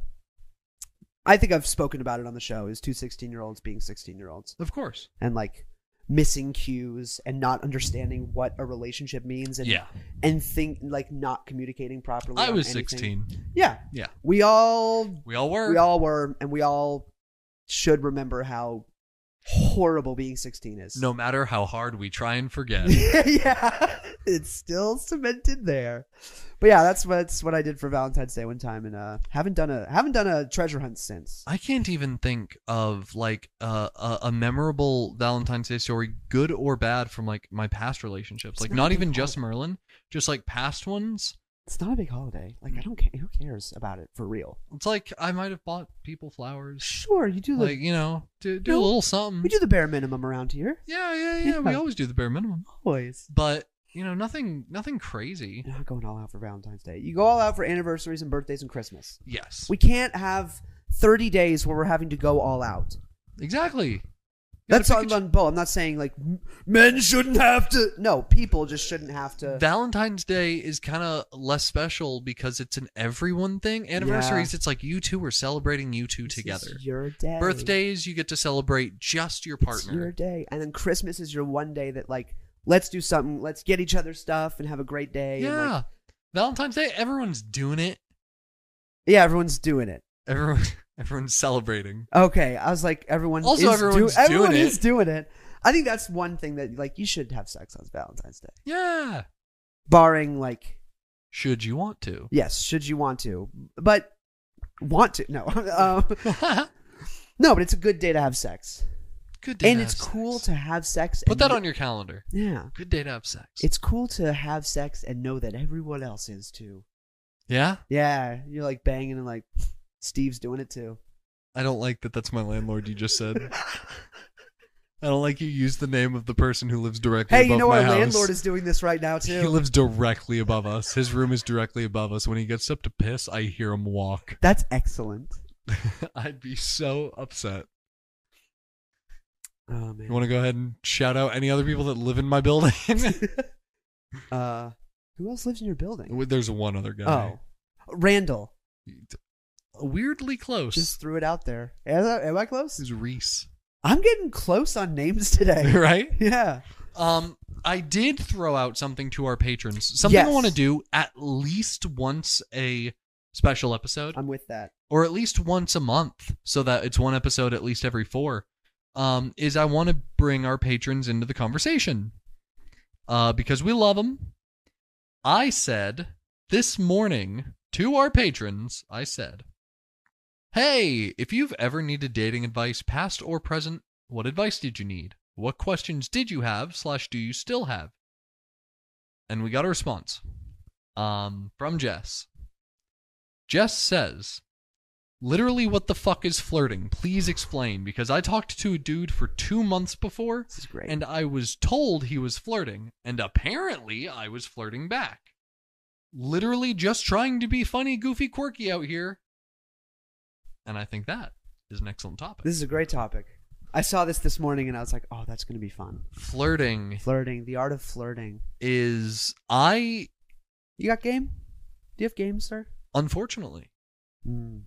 I think I've spoken about it on the show. Is two 16 year olds being 16 year olds
Of course.
and like missing cues and not understanding what a relationship means and
Yeah.
and think like not communicating properly.
I
on
was
anything.
16.
Yeah,
Yeah.
we all
We all were.
we all were, and we all should remember how horrible being 16 is.
no matter how hard we try and
(laughs)
(laughs) forget.
yeah, it's still cemented there. But yeah, that's what that's what I did for Valentine's Day one time, and uh, haven't done a haven't done a treasure hunt since.
I can't even think of like uh, a, a memorable Valentine's Day story, good or bad, from like my past relationships.
It's
Like
not
not
even
even just
hard.
Merlin, just like past ones.
It's not a big holiday. Like I don't care. Who cares about it for real?
It's like I might have bought people flowers.
Sure, you do the
Like mm. you know, do, do
No,
a little something.
we do the bare minimum around here.
yeah, yeah, yeah. We
Yeah.
always do the bare minimum.
Always.
But you know, nothing, nothing crazy.
You're not going all out for Valentine's Day. You go all out for anniversaries and birthdays and Christmas.
Yes,
We can't have 30 days where we're having to go all out.
exactly.
That's
but
on,
Pikachu-
on Bo. I'm not saying like m- men shouldn't have to. No, people just shouldn't have to.
Valentine's Day is kind of less special because it's an everyone thing. Anniversaries, it's like you two are celebrating you two
This is
together.
your day.
Birthdays, you get to celebrate just your
It's
partner.
your day, and then Christmas is your one day that like let's do something. Let's get each other stuff and have a great day. and,
yeah.
like-
Valentine's Day, everyone's doing it.
yeah. Everyone's doing it.
Everyone, (laughs) everyone's celebrating.
Okay, I was like, everyone.
Also,
is do-
everyone's doing
everyone
it.
is doing it. I think that's one thing that like you should have sex on Valentine's Day,
Yeah.
barring like
Should you want to?
yes, should you want to, but want to no, (laughs) um, no, but it's a good day to have sex,
(laughs) Good day.
and
to
it's
have
cool
sex.
to have sex.
put
and
that
get-
on your calendar.
yeah.
Good day to have sex.
It's cool to have sex and know that everyone else is too.
yeah.
Yeah, you're like banging and like Steve's doing it too.
I don't like that. That's my landlord. You just said.
(laughs)
I don't like you use the name of the person who lives directly
Hey,
above
you know
my
our
house.
landlord is doing this right now
(laughs) He
too.
lives directly above us. His room is directly above us. When he gets up to piss, I hear him walk. (laughs)
That's excellent.
I'd be so upset.
Oh
You
man.
want to go ahead and shout out any other people that live in my building? (laughs)
(laughs) Uh, who else lives in your building?
There's one other guy.
Oh, Randall.
weirdly close.
Oh. Just threw it out there. Am I, am I close?
is Reese,
I'm getting close on names today.
(laughs) right?
(laughs) yeah.
Um, I did throw out something to our patrons. Something I
Yes.
want to do at least once a special episode,
I'm with that.
or at least once a month, so that it's one episode at least every four. Um, is I want to bring our patrons into the conversation, uh, because we love them. I said this morning to our patrons, I said, Hey, if you've ever needed dating advice, past or present, what advice did you need? What questions did you have, slash, do you still have? And we got a response um, from Jess. Jess says, Literally, what the fuck is flirting? Please explain, because I talked to a dude for two months before,
This is great.
and uh, I was told he was flirting, and apparently I was flirting back. Literally just trying to be funny, goofy, quirky out here. And I think that is an excellent topic.
this is a great topic. I saw this this morning and I was like, oh, that's going to be fun.
Flirting
Flirting, the art of flirting.
is I
You got game? Do you have games, sir?
unfortunately.
Mm.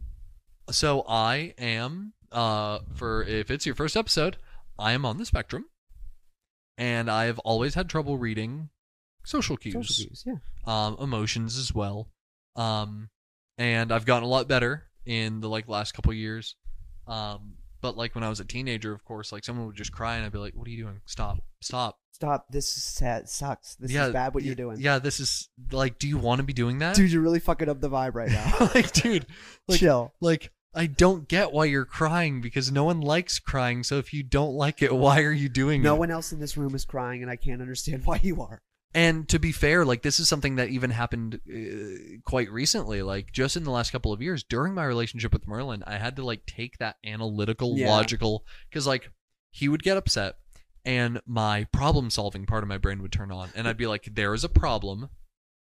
So I am uh for if it's your first episode, I am on the spectrum and I have always had trouble reading social cues.
Social cues, yeah.
um, emotions as well. Um, and I've gotten a lot better in the like last couple years. Um, but like when I was a teenager, of course, like someone would just cry and I'd be like, "What are you doing? Stop! Stop!"
Stop. This is sad. sucks. This
Yeah,
is bad what
y-
you're doing.
Yeah, this is like, do you want to be doing that,
Dude, you're really fucking up the vibe right now.
(laughs) like, dude, (laughs) like,
Chill.
like I don't get why you're crying because no one likes crying. So if you don't like it, why are you doing
No
it?
one else in this room is crying and I can't understand (laughs) why you are.
And to be fair, like this is something that even happened uh, quite recently, like just in the last couple of years during my relationship with Merlin, I had to like take that analytical,
Yeah.
logical cuz like he would get upset and my problem solving part of my brain would turn on and I'd be like there is a problem,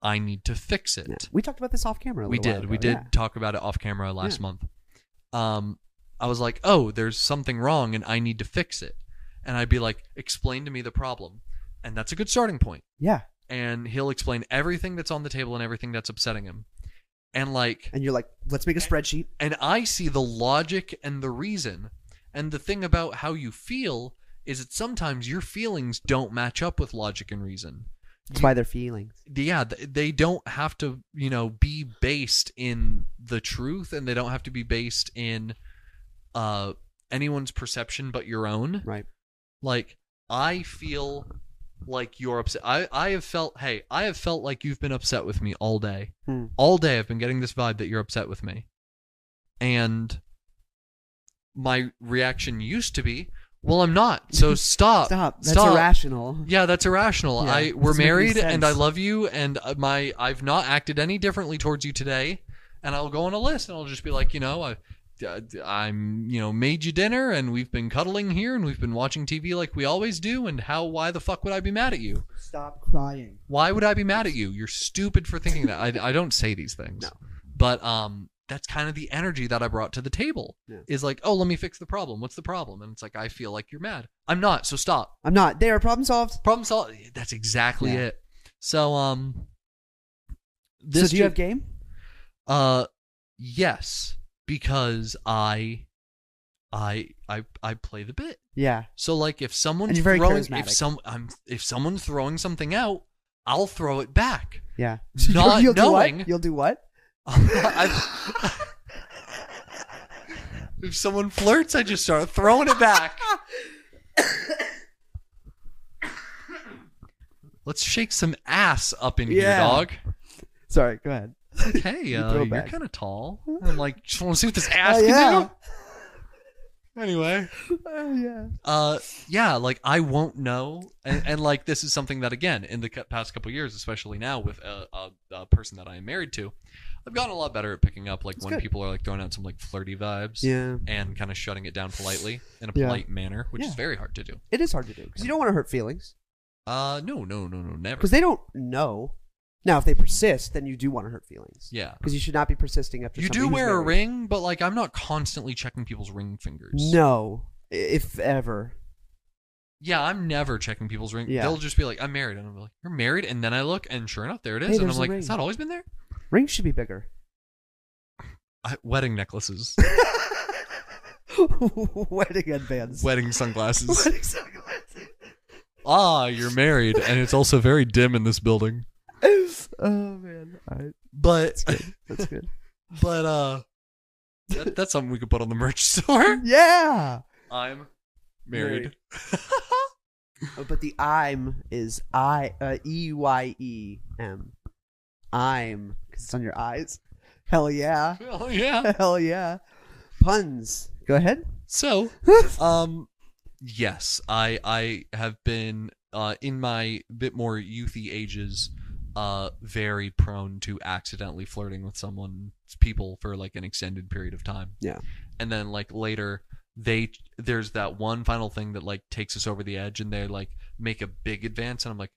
I need to fix it.
Yeah. We talked about this off camera. a
We
little while
did. we
ago,
did
yeah.
talk about it off camera last
Yeah.
month. Um, I was like, oh, there's something wrong and I need to fix it. And I'd be like, explain to me the problem. And that's a good starting point.
Yeah.
And he'll explain everything that's on the table and everything that's upsetting him. And like,
And you're like, let's make a spreadsheet.
and I see the logic and the reason. And the thing about how you feel is that sometimes your feelings don't match up with logic and reason.
It's by their feelings.
yeah th- they don't have to you know be based in the truth and they don't have to be based in uh anyone's perception but your own
Right.
like i feel like you're upset i i have felt hey i have felt like you've been upset with me all day
Hmm.
all day i've been getting this vibe that you're upset with me and my reaction used to be well i'm not
(laughs)
so stop
Stop. That's
stop
irrational.
yeah, that's irrational.
Yeah,
I
doesn't
we're
make any
married and I
sense.
love you and uh, my I've not acted any differently towards you today. And I'll go on a list and I'll just be like, you know, I uh, I'm, you know, made you dinner and we've been cuddling here and we've been watching TV like we always do and how why the fuck would I be mad at you?
Stop crying.
Why would I be mad at you? You're stupid for thinking that. I I don't say these things.
No.
But um that's kind of the energy that I brought to the table.
Yeah.
Is like, oh, let me fix the problem. What's the problem? And it's like, I feel like you're mad. I'm not, so stop.
I'm not. There, problem solved.
Problem solved. That's exactly
Yeah.
it. So um
so do you
ju-
have game?
uh yes, because I I I I play the bit.
Yeah.
So like if someone's
And you're very
throwing
charismatic.
if some I'm if someone's throwing something out, I'll throw it back.
Yeah.
(laughs)
(laughs)
Not
you'll Do
knowing.
what? You'll do what?
I- if someone flirts, I just start throwing it back. Let's shake some ass up in here,
Yeah. (laughs)
dog.
Sorry, go ahead.
Okay, uh,
throw
you're
it back.
kind of tall. I'm like, just want to see what this ass
Oh,
can (laughs)
yeah. (laughs)
do. Anyway,
Oh, yeah.
uh, yeah, like I won't know, and, and like this is something that again in the cu- past couple years, especially now with a, a, a person that I am married to, I've gotten a lot better at picking up like
That's
when
good.
people are like throwing out some like flirty vibes,
Yeah.
and kind of shutting it down politely in a
Yeah.
polite manner, which
Yeah.
is very hard to do.
It is hard to do because you don't want to hurt feelings
Uh, no, no, no, no, never.
because they don't know. Now, if they persist, then you do want to hurt feelings.
Yeah.
Because you should not be persisting after
you do
somebody who's
wear a
married.
ring, but like I'm not constantly checking people's ring fingers.
No, i- if ever.
Yeah, I'm never checking people's ring.
Yeah.
They'll just be like, "I'm married," and I'm like, "You're married," and then I look, and sure enough, there it is,
Hey,
and
there's
I'm
a
like,
ring.
"It's not always
(laughs)
been there."
Rings should be bigger. (laughs)
I, wedding necklaces,
Wedding headbands.
wedding sunglasses.
(laughs) Wedding sunglasses.
ah, you're married, and it's also very dim in this building.
oh man, all right,
But,
that's good.
(laughs) but uh, that, that's something we could put on the
(laughs)
merch (laughs) store.
yeah.
I'm married.
Oh, but the I'm is I uh, E Y E M. I'm because it's on your eyes. Hell yeah. (laughs)
(laughs) Hell Oh, yeah.
Hell yeah. Puns. Go ahead. (laughs)
So, um, yes, I I have been uh, in my bit more youthy ages, uh, very prone to accidentally flirting with someone's people for like an extended period of time.
Yeah.
and then like later they there's that one final thing that like takes us over the edge, and they like make a big advance, and I'm like,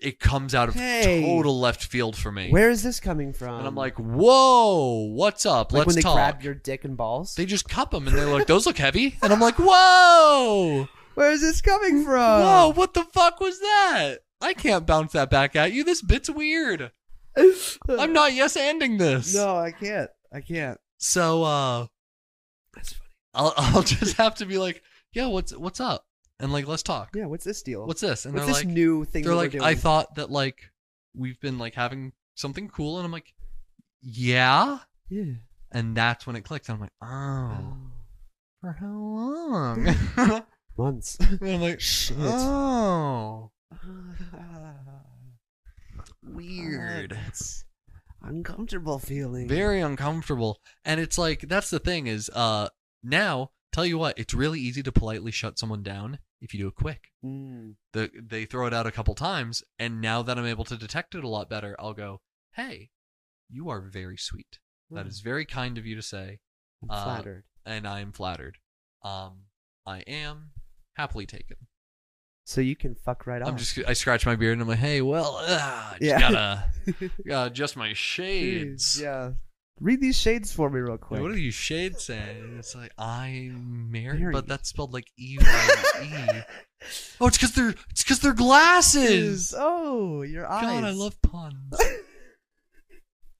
it comes out of
Hey.
total left field for me,
Where is this coming from?
and I'm like, whoa, what's up?
like
Let's
when they
talk.
grab your dick and balls.
They just cup them and they're like, those look heavy. And I'm like, whoa,
Where is this coming from? (laughs)
whoa, what the fuck was that? I can't bounce that back at you. This bit's weird. I'm not yes ending this.
No, I can't. I can't.
So, uh,
That's funny.
I'll, (laughs) I'll just have to be like, yo, what's, what's up? And like, let's talk.
Yeah. What's this deal?
What's this? And
What's
they're
this
like,
new thing?
they're
that
like,
we're doing?
I thought that like we've been like having something cool. And I'm like, yeah.
Yeah.
And that's when it clicked. And I'm like, oh, for how long?
(laughs)
(laughs)
Months. (laughs)
And I'm like,
Shit.
oh. (laughs) Weird.
That's uncomfortable feeling.
Very uncomfortable. And it's like that's the thing is uh now tell you what, it's really easy to politely shut someone down if you do it quick.
Mm.
The, they throw it out a couple times and now that I'm able to detect it a lot better, I'll go, "Hey, you are very sweet. That
Mm.
is very kind of you to say,
I'm
uh,
flattered.
and I'm flattered. Um I am happily taken."
So you can fuck right off.
I'm just I scratch my beard and I'm like, "Hey, well, uh, I just
Yeah. (laughs)
gotta gotta adjust my shades."
Jeez, yeah. Read these shades for me real quick.
Yeah, What are you shades saying? And It's like I'm married,
Married.
but that's spelled like E
(laughs)
Y E. Oh, it's because they're it's because they're glasses.
Oh, your eyes.
God, I love puns.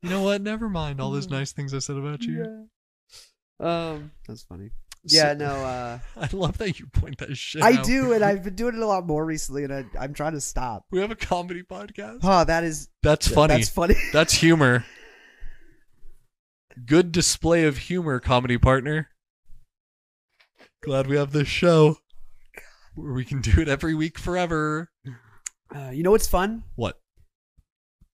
you know what? Never mind all
Mm.
those nice things I said about you.
Yeah. Um, that's funny. Yeah,
So-
no. Uh,
(laughs) I love that (laughs) you point that shit.
I
out.
do, and I've been doing it a lot more recently, and I, I'm trying to stop.
We have a comedy podcast.
Oh, that is
That's funny.
That's funny. (laughs)
That's humor. Good display of humor, comedy partner. Glad we have this show where we can do it every week forever.
Uh, you know what's fun?
What?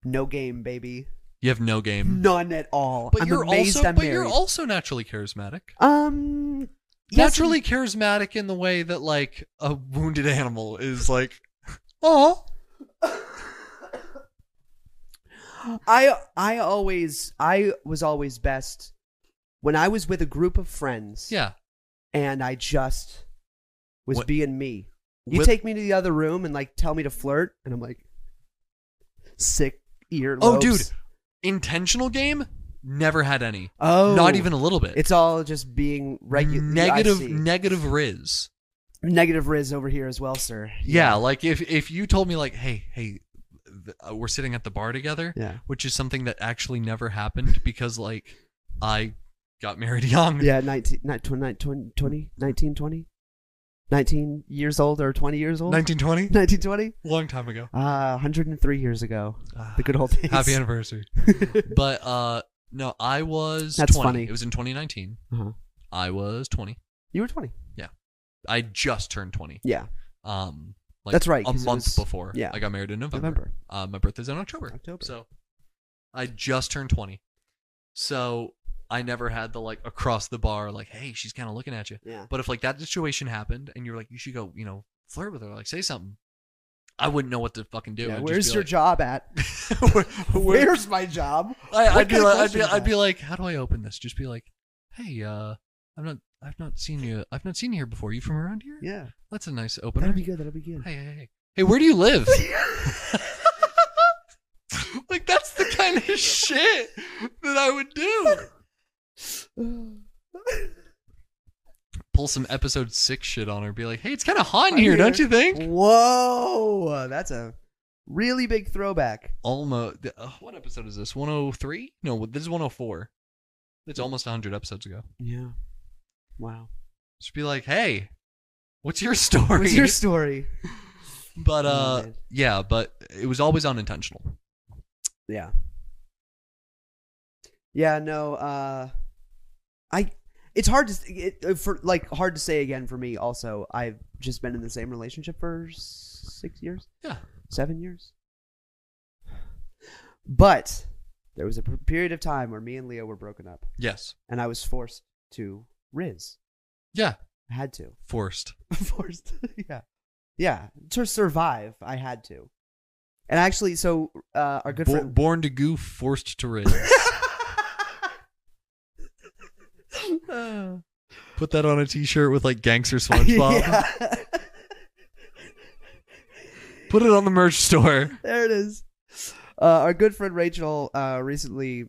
No game, baby.
You have no game.
None at all.
But
I'm
you're
amazed
also
I'm
but
married.
you're also naturally charismatic.
um, yes,
naturally charismatic in the way that like a wounded animal is like, (laughs) oh,
I I always I was always best when I was with a group of friends.
yeah.
and I just was
What-
being me. You
What-
take me to the other room and like tell me to flirt, and I'm like, sick ear.
Oh, dude,
lobes.
intentional game. Never had any.
Oh,
Not even a little bit.
It's all just being regular.
negative negative riz.
negative riz over here as well, sir.
Yeah, like if if you told me like, "Hey, hey, th- uh, we're sitting at the bar together,"
Yeah.
which is something that actually never happened because like I got married (laughs) young.
Yeah, 19, ni- twen- ni- twen- 20, 19, 20? 19 years old or 20 years old? (laughs)
1920?
1920?
Long time ago.
Uh, 103 years ago.
Ah,
The good old days. (laughs)
Happy anniversary. but uh no, I was
That's
20.
funny.
It was in 2019.
Uh-huh.
I was 20.
You were 20.
I just turned 20.
Yeah.
Um like
That's right,
a
'cause it
month
was-
before.
yeah.
I got married in November.
November.
Uh, my birthday's in October.
October.
So I just turned 20. So I never had the like across the bar, like, hey, she's kind of looking at you.
Yeah.
But if like that situation happened and you're like, you should go, you know, flirt with her, like say something, I wouldn't know what to fucking do.
Yeah,
I'd just
where's
be
your
like-
job at? (laughs)
Where- (laughs) where-
Where's my job?
I,
What
I'd be
kind of
like, I'd
question
be,
is
I'd be
that?
like, how do I open this? Just be like, hey, uh, I'm not, I've not seen you, I've not seen you here before. You from around here?
Yeah.
That's a nice opener.
That'll be good. That'll be good.
(laughs) Hey, hey, hey, hey, where do you live? (laughs) like that's the
(laughs)
kind of shit that I would do. Pull some episode six shit on her. Be like, hey, it's kind of hot in
I'm
here, don't
here.
you
(laughs)
think?
Whoa. That's a really big throwback.
Almost. Uh, what episode is this? 103? No, this is 104. It's almost 100 episodes ago.
Yeah. Wow.
Just be like, hey, what's your (laughs) story?
What's your story?
But
Oh,
uh,
man.
yeah, but it was always unintentional.
Yeah. Yeah, no, uh I it's hard to it, uh, for like hard to say again for me also. I've just been in the same relationship for 6 years,
Yeah.
7 years. But there was a per- period of time where me and Leo were broken up
Yes.
and I was forced to Riz.
Yeah.
I had to.
Forced.
(laughs) forced. yeah. Yeah, to survive, I had to. And actually so uh our good (laughs)
Bo- (laughs)
friend
Born to goof, forced to
(laughs)
rid. Put that on a t-shirt with like
(laughs)
gangster SpongeBob.
Yeah.
Put it on the merch store.
there it is. Uh, our good friend Rachel uh, recently.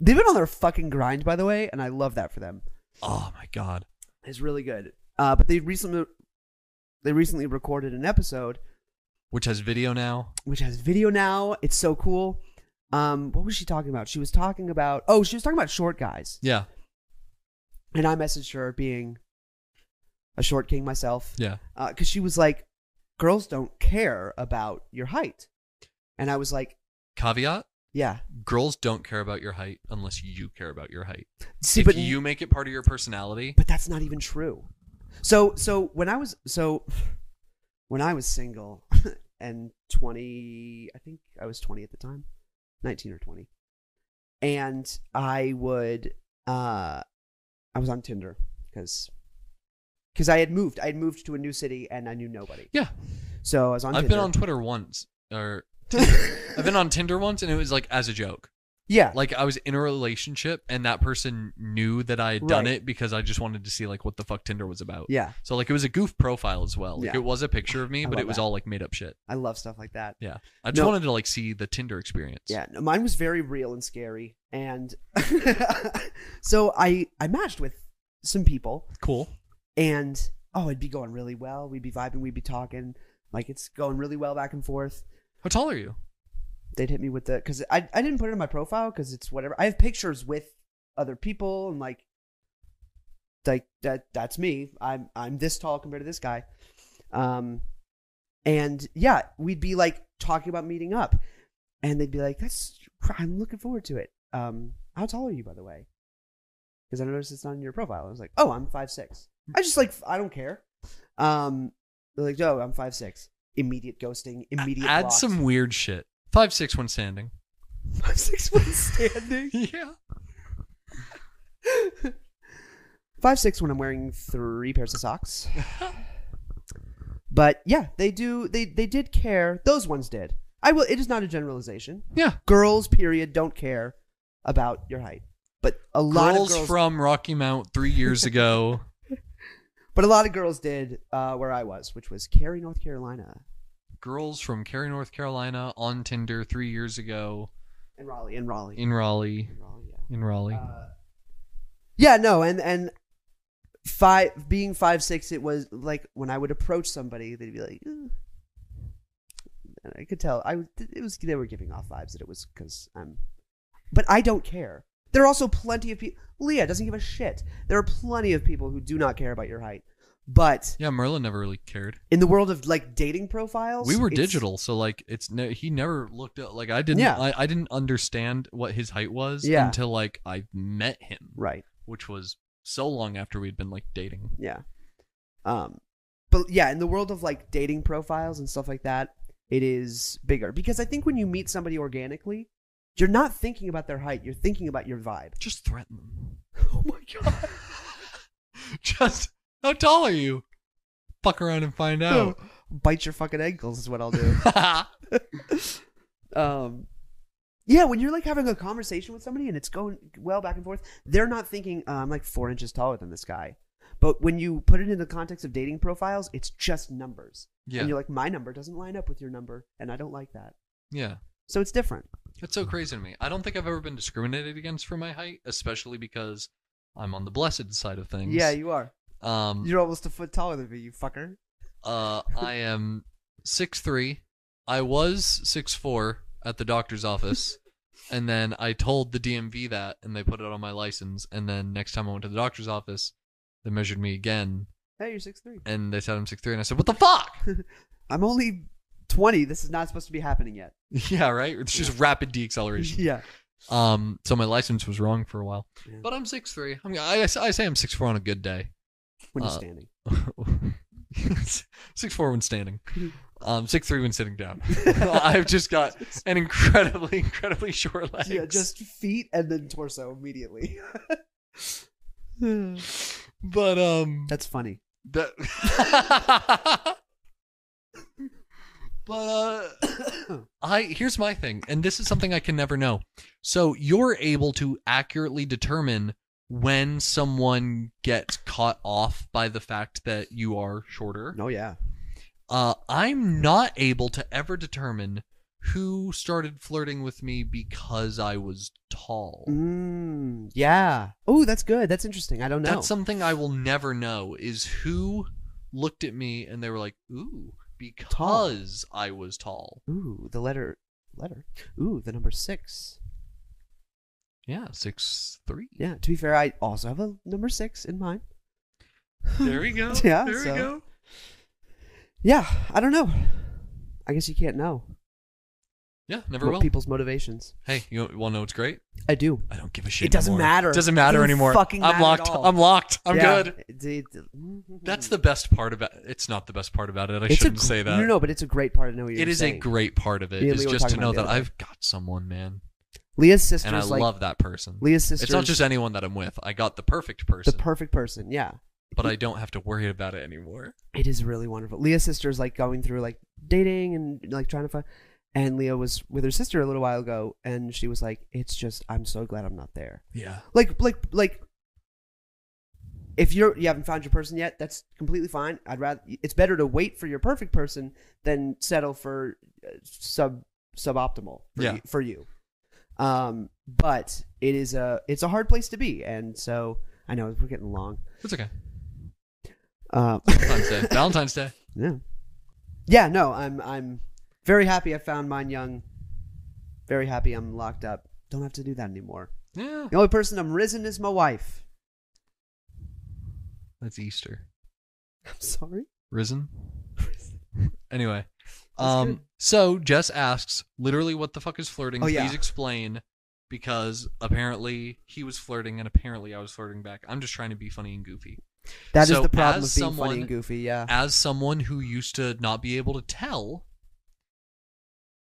They've been on their fucking grind, by the way, and I love that for them.
Oh my god.
It's really good. Uh, but they recently they recently recorded an episode
Which has video now.
which has video now. It's so cool. Um, what was she talking about? She was talking about oh, she was talking about short guys,
Yeah.
and I messaged her being a short king myself.
Yeah.
because she was like, "Girls don't care about your height," and I was like,
Caveat:
"Yeah,
Girls don't care about your height unless you care about your height.
see,
if
but
you make it part of your personality,
but that's not even true." So so when I was so when I was single (laughs) and twenty, I think I was twenty at the time, nineteen or twenty, and I would uh, I was on Tinder because. Because I had moved, I had moved to a new city and I knew nobody,
yeah.
so I was on.
I've been
Tinder.
on Twitter once,
(laughs)
or I've been on Tinder once, and it was like as a joke.
yeah,
like I was in a relationship and that person knew that I had done
Right.
it because I just wanted to see like what the fuck Tinder was about.
yeah.
So like it was a goof profile as well. Like
Yeah.
it was a picture of me,
I
but
love
it was
that.
all like made up shit.
I love stuff like that.
Yeah. I just
No.
wanted to like see the Tinder experience.
Yeah, no, mine was very real and scary, and (laughs) so I I matched with some people,
Cool.
and oh, it'd be going really well. We'd be vibing, we'd be talking, like it's going really well back and forth.
How tall are you?
They'd hit me with the because I I didn't put it in my profile because it's whatever. I have pictures with other people and like like that that's me. I'm I'm this tall compared to this guy, um, and yeah, we'd be like talking about meeting up, and they'd be like, "That's I'm looking forward to it." Um, how tall are you, by the way? Because I noticed it's not in your profile. I was like, "Oh, I'm five six. I just like I don't care. Um, they're like, "No, I'm five six. Immediate ghosting. Immediate.
Add
blocked.
some weird shit. Five six when standing.
five six one standing.
(laughs) yeah.
five six when I'm wearing three pairs of socks. but yeah, they do. They they did care. Those ones did. I will. It is not a generalization.
Yeah.
Girls, period, don't care about your height. But a lot
girls,
of girls,
from Rocky Mount three years ago. (laughs)
but a lot of girls did uh, where I was, which was Cary, North Carolina,
girls from Cary, North Carolina on Tinder three years ago
and Raleigh, and Raleigh,
in Raleigh.
and Raleigh, yeah.
in Raleigh.
Uh, Yeah, no, and and five being five six, it was like when I would approach somebody, they'd be like, "Ooh." and I could tell I it was they were giving off vibes that it was because I'm, but I don't care. There are also plenty of people. Leah doesn't give a shit. There are plenty of people who do not care about your height, but
yeah, Merlin never really cared.
in the world of like dating profiles,
We were
it's-
digital, so like it's no, he never looked up. Like I didn't,
Yeah.
I, I didn't understand what his height was
Yeah.
until like I met him,
right?
which was so long after we'd been like dating.
Yeah. Um, but yeah, in the world of like dating profiles and stuff like that, it is bigger because I think when you meet somebody organically, you're not thinking about their height; you're thinking about your vibe.
Just threaten them.
(laughs)
(laughs)
Oh my god!
Just how tall are you? Fuck around and find out.
(laughs) Bite your fucking ankles is what I'll (laughs) do. um, yeah, when you're like having a conversation with somebody and it's going well back and forth, they're not thinking uh, I'm like four inches taller than this guy. But when you put it in the context of dating profiles, it's just numbers.
yeah,
And you're like, my number doesn't line up with your number, and I don't like that.
(laughs) yeah.
So it's different.
That's so crazy to me. I don't think I've ever been discriminated against for my height, especially because I'm on the blessed side of things.
Yeah, you are.
um,
You're almost a foot taller than me, you fucker.
Uh, I am six three. I was six four at the
(laughs)
doctor's office, and then I told the DMV that, and they put it on my license. And then next time I went to the doctor's office, they measured me again,
Hey, you're six three.
and they said I'm six three, and I said, "What
(laughs)
the fuck?"
I'm only twenty. This is not supposed to be happening yet.
yeah, right. It's just
(laughs)
rapid deacceleration.
yeah.
Um, so my license was wrong for a while,
Yeah.
but I'm six three. I'm I, I say I'm six four on a good day. (laughs)
When you're
Uh, (laughs)
standing.
six four when standing, um, six three when sitting
(laughs)
down. I've just got an incredibly, incredibly short legs.
Yeah, just feet and then torso (laughs) immediately. (sighs)
but um,
That's
(coughs)
funny.
that. (laughs) but uh, I here's my thing, and this is something I can never know. So you're able to accurately determine when someone gets caught off by the fact that you are shorter.
oh yeah.
uh, I'm not able to ever determine who started flirting with me because I was tall.
Mm, yeah. Oh, that's good. That's interesting. I don't know.
That's something I will never know is who looked at me and they were like, ooh, because I was tall.
Ooh, the letter letter. Ooh, the number six.
Yeah, six three.
Yeah. To be fair, I also have a number six in mind.
There we go.
(laughs) Yeah,
There
so-
we go.
Yeah. I don't know. I guess you can't know
Yeah, never
what
will.
people's motivations.
Hey, you want to know what's great?
I do.
I don't give a shit.
It doesn't
anymore.
matter.
Doesn't matter
Doesn't
anymore.
fucking
I'm
matter at
locked.
all.
I'm locked. I'm
Yeah.
good.
D- d-
That's the best part about. It's not the best part about it. I
It's a
shouldn't
gr-
say that.
Mm-hmm. No, no, but it's a great part. I know what you're
it is
saying.
a great part of it
Me and
is
Lee were
just to
talking
know
about
that
the other
I've got someone, man,
Leah's sister
and I
is like
love that person.
Leah's sister.
It's not
is
just anyone that I'm with. I got the perfect
the
person,
perfect person. Yeah,
but I don't have to worry about it anymore.
it is really wonderful. Leah's sister is like going through like dating and like trying to find. And Leah was with her sister a little while ago, and she was like, "It's just I'm so glad I'm not there."
Yeah,
Like, like, like. If you're you haven't found your person yet, that's completely fine. I'd rather it's better to wait for your perfect person than settle for uh, sub suboptimal for,
Yeah.
you, for you. Um, but it is a it's a hard place to be, and so I know we're getting long.
it's okay.
Uh, (laughs)
Valentine's Day. Valentine's Day.
yeah, yeah. No, I'm I'm very happy I found mine young. Very happy I'm locked up. Don't have to do that anymore.
Yeah,
The only person I'm risen is my wife. (laughs)
that's Easter.
I'm sorry. (laughs)
Risen. anyway,
That's
um,
good.
so Jess asks, literally, what the fuck is flirting?
Oh, yeah.
Please explain, because apparently he was flirting, and apparently I was flirting back. I'm just trying to be funny and goofy.
That is
So
the problem of
as
being
someone-
funny and goofy. Yeah.
as someone who used to not be able to tell,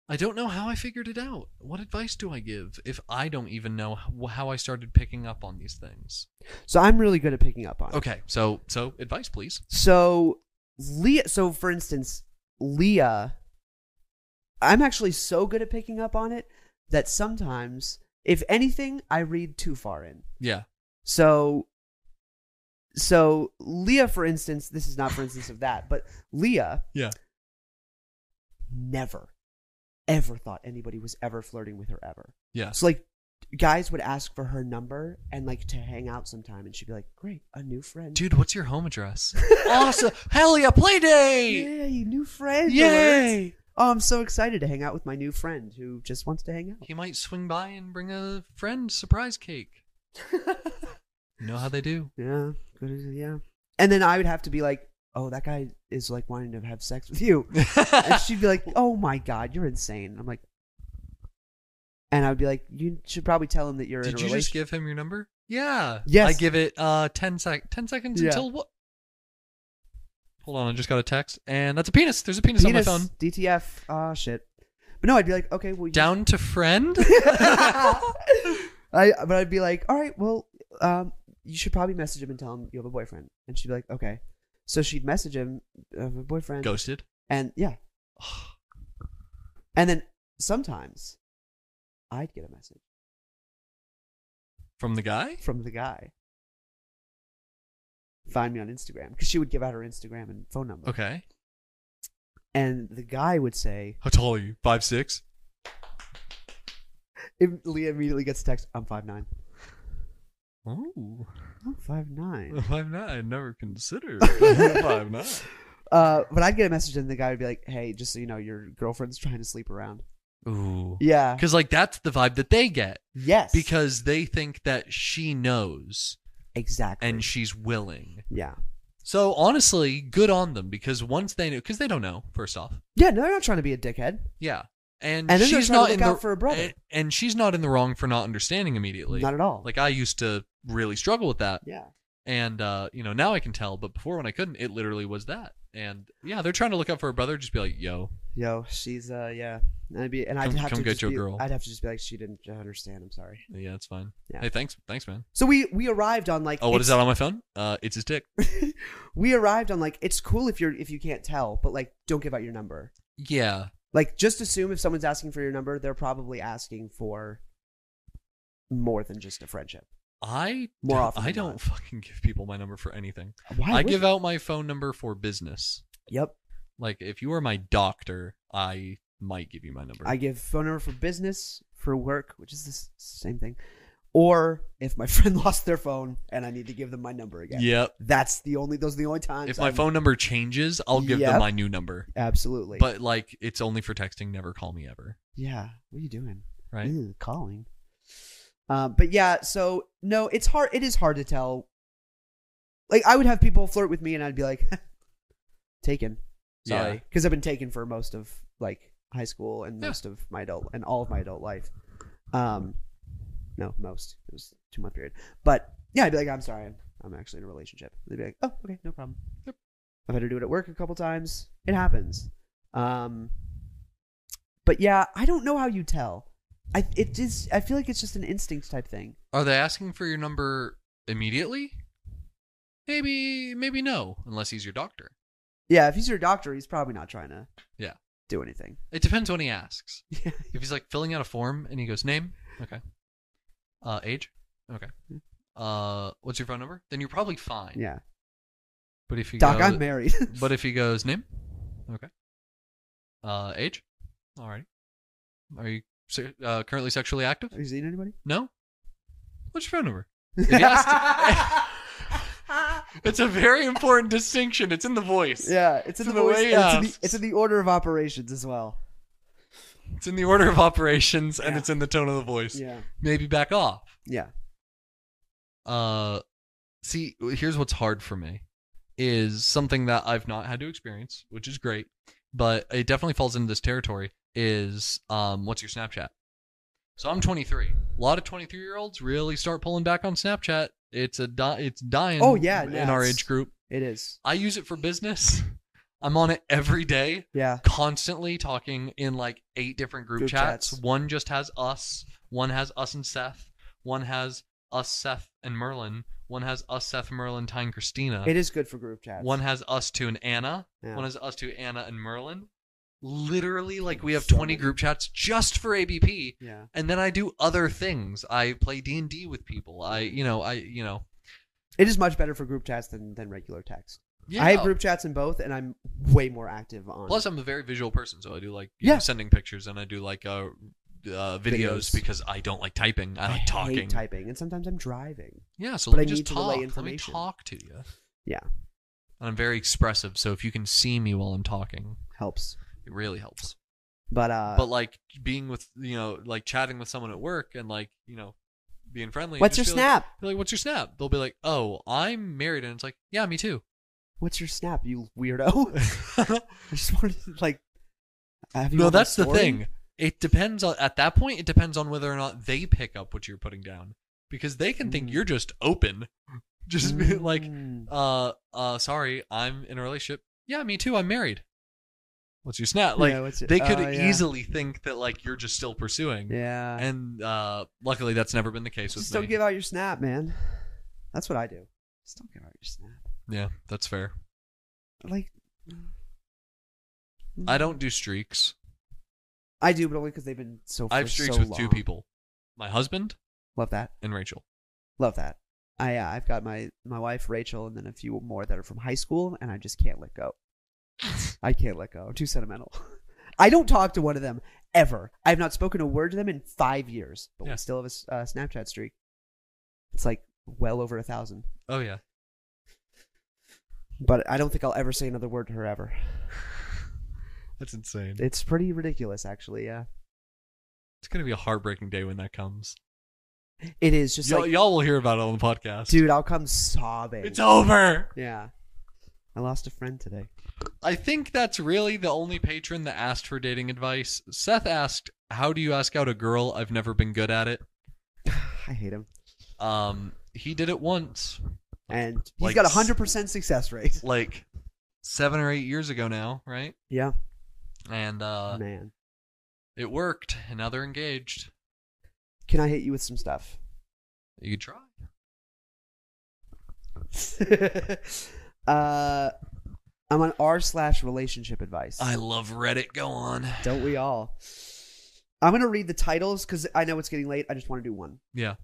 I don't know how I figured it out. What advice do I give if I don't even know h- how I started picking up on these things?
So I'm really good at picking up on. it.
Okay, so so advice, please.
So Leah. So for instance, Leah. I'm actually so good at picking up on it that sometimes, if anything, I read too far in.
Yeah,
So, so Leah, for instance, this is not for instance of that, but Leah
yeah,
never, ever thought anybody was ever flirting with her ever.
yeah.
So like guys would ask for her number and like to hang out sometime, and she'd be like, "Great, a new friend."
Dude, what's your home address? (laughs) awesome. Hell yeah, play date.
Yay, new friend! alert.
Yay.
Oh, I'm so excited to hang out with my new friend who just wants to hang out.
He might swing by and bring a friend surprise
(laughs)
cake. you know how they do.
Yeah, good. as- Yeah. And then I would have to be like, "Oh, that guy is like wanting to have sex with
(laughs)
you," and she'd be like, "Oh my god, you're insane." I'm like, and I would be like, "You should probably tell him that you're
Did
in a
you just
relationship."
give him your number? Yeah.
Yes.
I give it uh 10 sec 10 seconds
Yeah.
until what? Hold on, I just got a text and that's a penis. There's a penis,
Penis,
on my phone.
DTF. Ah, shit. But no, I'd be like, "Okay, well, you
Down to friend?
(laughs) I but I'd be like, all right, well, um, you should probably message him and tell him you have a boyfriend. And she'd be like, okay. So she'd message him, I have a boyfriend.
Ghosted.
And yeah. and then sometimes I'd get a message
From the guy?
from the guy. Find me on Instagram because she would give out her Instagram and phone number.
Okay.
And the guy would say,
How tall are you? Five six?
Im- Leah immediately gets a text, I'm 5'9.
Ooh.
I'm 5'9.
Five nine. I never
(laughs)
considered five nine.
Uh, but I'd get a message and the guy would be like, "Hey, just so you know, your girlfriend's trying to sleep around."
Ooh.
Yeah.
Because like that's the vibe that they get.
Yes.
Because they think that she knows
exactly.
and she's willing.
yeah.
So honestly, good on them because once they know, because they don't know first off,
Yeah. No, they're not trying to be a dickhead.
yeah,
And
and,
then they're trying
she's
to
not
look
in the
out for a brother.
and, and she's not in the wrong for not understanding immediately.
Not at all.
Like I used to really struggle with that,
yeah.
and uh, you know now I can tell, but before when I couldn't, it literally was that. And yeah, they're trying to look out for a brother. Just be like, yo,
Yo, she's uh, yeah. And I'd be, and I'd
Come-
have
come
to
get
just
your
be-
girl.
I'd have to just be like, she didn't understand. I'm sorry.
yeah, it's fine.
Yeah.
Hey, thanks, thanks, man.
So we we arrived on like.
Oh, what is
it's-
that on my phone? Uh, it's his dick.
We arrived on like it's cool if you're if you can't tell, but like don't give out your number.
Yeah,
Like just assume if someone's asking for your number, they're probably asking for more than just a friendship.
I
More often
I
than
don't
not.
fucking give people my number for anything.
Why?
I
would
give
you?
out my phone number for business.
Yep.
Like if you are my doctor, I might give you my number.
I give phone number for business, for work, which is the s- same thing. Or if my (laughs) friend lost their phone and I need to give them my number again.
Yep.
That's the only those are the only times
If my
I'm-
phone number changes, I'll give
Yep.
them my new number.
Absolutely.
But like it's only for texting, never call me ever.
yeah, what are you doing?
Right?
Ew, calling. Um, but yeah, so no, it's hard it is hard to tell. Like I would have people flirt with me and I'd be like (laughs) taken. Sorry.
Yeah.
Because I've been taken for most of like high school and
Yeah.
most of my adult and all of my adult life. Um no, most. It was two month period. But yeah, I'd be like, I'm sorry, I'm, I'm actually in a relationship. They'd be like, Oh, okay, no problem.
Yep.
I've had to do it at work a couple times. It happens. Um but yeah, I don't know how you tell. I it is I feel like it's just an instinct type thing.
Are they asking for your number immediately? Maybe maybe no, unless he's your doctor.
Yeah, if he's your doctor, he's probably not trying to
Yeah.
do anything. (laughs)
It depends when he asks.
Yeah.
If he's like filling out a form and he goes, name? Okay. Uh age? Okay. Uh what's your phone number? Then you're probably fine.
Mm-hmm. Yeah.
But if you
Doc,
go,
I'm married. (laughs)
But if he goes name, okay. Uh, age, alrighty. Are you se- uh, currently
(laughs)
sexually active?
Have you seen anybody?
No. What's your phone number? If
(laughs)
he asks- it's a very important distinction. It's in the voice.
yeah, it's in
To
the,
the
voice.
way
and It's in the,
asked.
it's in the order of operations as well.
It's in the order of operations, and
Yeah.
it's in the tone of the voice.
Yeah.
Maybe back off.
Yeah.
Uh, see, here's what's hard for me is something that I've not had to experience, which is great, but it definitely falls into this territory is um what's your Snapchat? So I'm 23. A lot of 23 year olds really start pulling back on Snapchat. It's a di- it's dying
Oh, yeah,
in
yeah,
our
it's-
age group.
It is.
I use it for business. I'm on it every day
Yeah.
constantly talking in like eight different group,
Group
chats.
chats.
One just has us, one has us and Seth, one has us, Seth, and Merlin, one has us, Seth, Merlin, Ty, and Christina,
It is good for group chats.
Uh, one has us two and Anna,
Yeah.
one has us two, Anna, and Merlin. Literally, like we have
So
20
many.
group chats just for ABP,
Yeah.
and then I do other things. I play D and D with people. I, you know, I, you know,
It is much better for group chats than, than regular text.
yeah.
I have group chats in both, and I'm way more active on.
Plus, I'm a very visual person, so I do like you know,
Yeah.
sending pictures, and I do like uh, uh, videos
Videos.
because I don't like typing. I like
I
talking.
hate typing, and sometimes I'm driving.
Yeah, so
But
let
I
me
need
just
to
talk.
relay
Let me
information.
talk to you.
Yeah,
And I'm very expressive, so if you can see me while I'm talking,
helps.
it really helps.
But uh,
but like being with you know, like chatting with someone at work and like you know, being friendly.
What's
just
your
be like-
snap?
be like, what's your snap? They'll be like, oh, I'm married, and it's like, yeah, me too.
what's your snap, you weirdo?
(laughs)
(laughs) I just wanted to, like, have you
no,
heard my
that's the
story?
thing. It depends on at that point. It depends on whether or not they pick up what you're putting down because they can think
Mm.
you're just open, (laughs) just be like,
Mm.
uh, uh, sorry, I'm in a relationship. Yeah, me too. I'm married. What's your snap? Like
Yeah, what's your-
they could
oh, yeah.
easily think that like you're just still pursuing.
Yeah.
And uh, luckily, that's never been the case with
just
me.
don't give out your snap, man. That's what I do. Just don't give out your snap.
yeah, that's fair.
Like, mm.
I don't do streaks.
I do, but only because they've been so.
I have
Oh, for
streaks
so
with two
long.
people, my husband
Love that.
and Rachel.
Love that. I uh, I've got my my wife Rachel, and then a few more that are from high school, and I just can't let
(laughs)
go. I can't let go. I'm too sentimental. (laughs) I don't talk to one of them ever. I have not spoken a word to them in five years, but
Yeah.
we still have a s- uh, Snapchat streak. It's like well over a thousand.
Oh yeah.
But I don't think I'll ever say another word to her ever.
That's insane.
It's pretty ridiculous, actually. Yeah,
It's gonna be a heartbreaking day when that comes.
it is just
y'all,
like,
y'all will hear about it on the podcast.
dude, I'll come sobbing.
it's over.
yeah, I lost a friend today. (sighs)
I think that's really the only patron that asked for dating advice. Seth asked, "How do you ask out a girl? I've never been good at it."
I hate him,
Um, he did it once,
and he's
Like
got a
s-
hundred percent success rate. (laughs)
like seven or eight years ago now, right?
Yeah,
And uh,
man.
it worked, and now they're engaged.
Can I hit you with some stuff? (laughs)
You could try.
uh, I'm on r slash relationship advice.
I love Reddit. Go on.
Don't we all? I'm gonna read the titles because I know it's getting late. I just want to do one.
Yeah.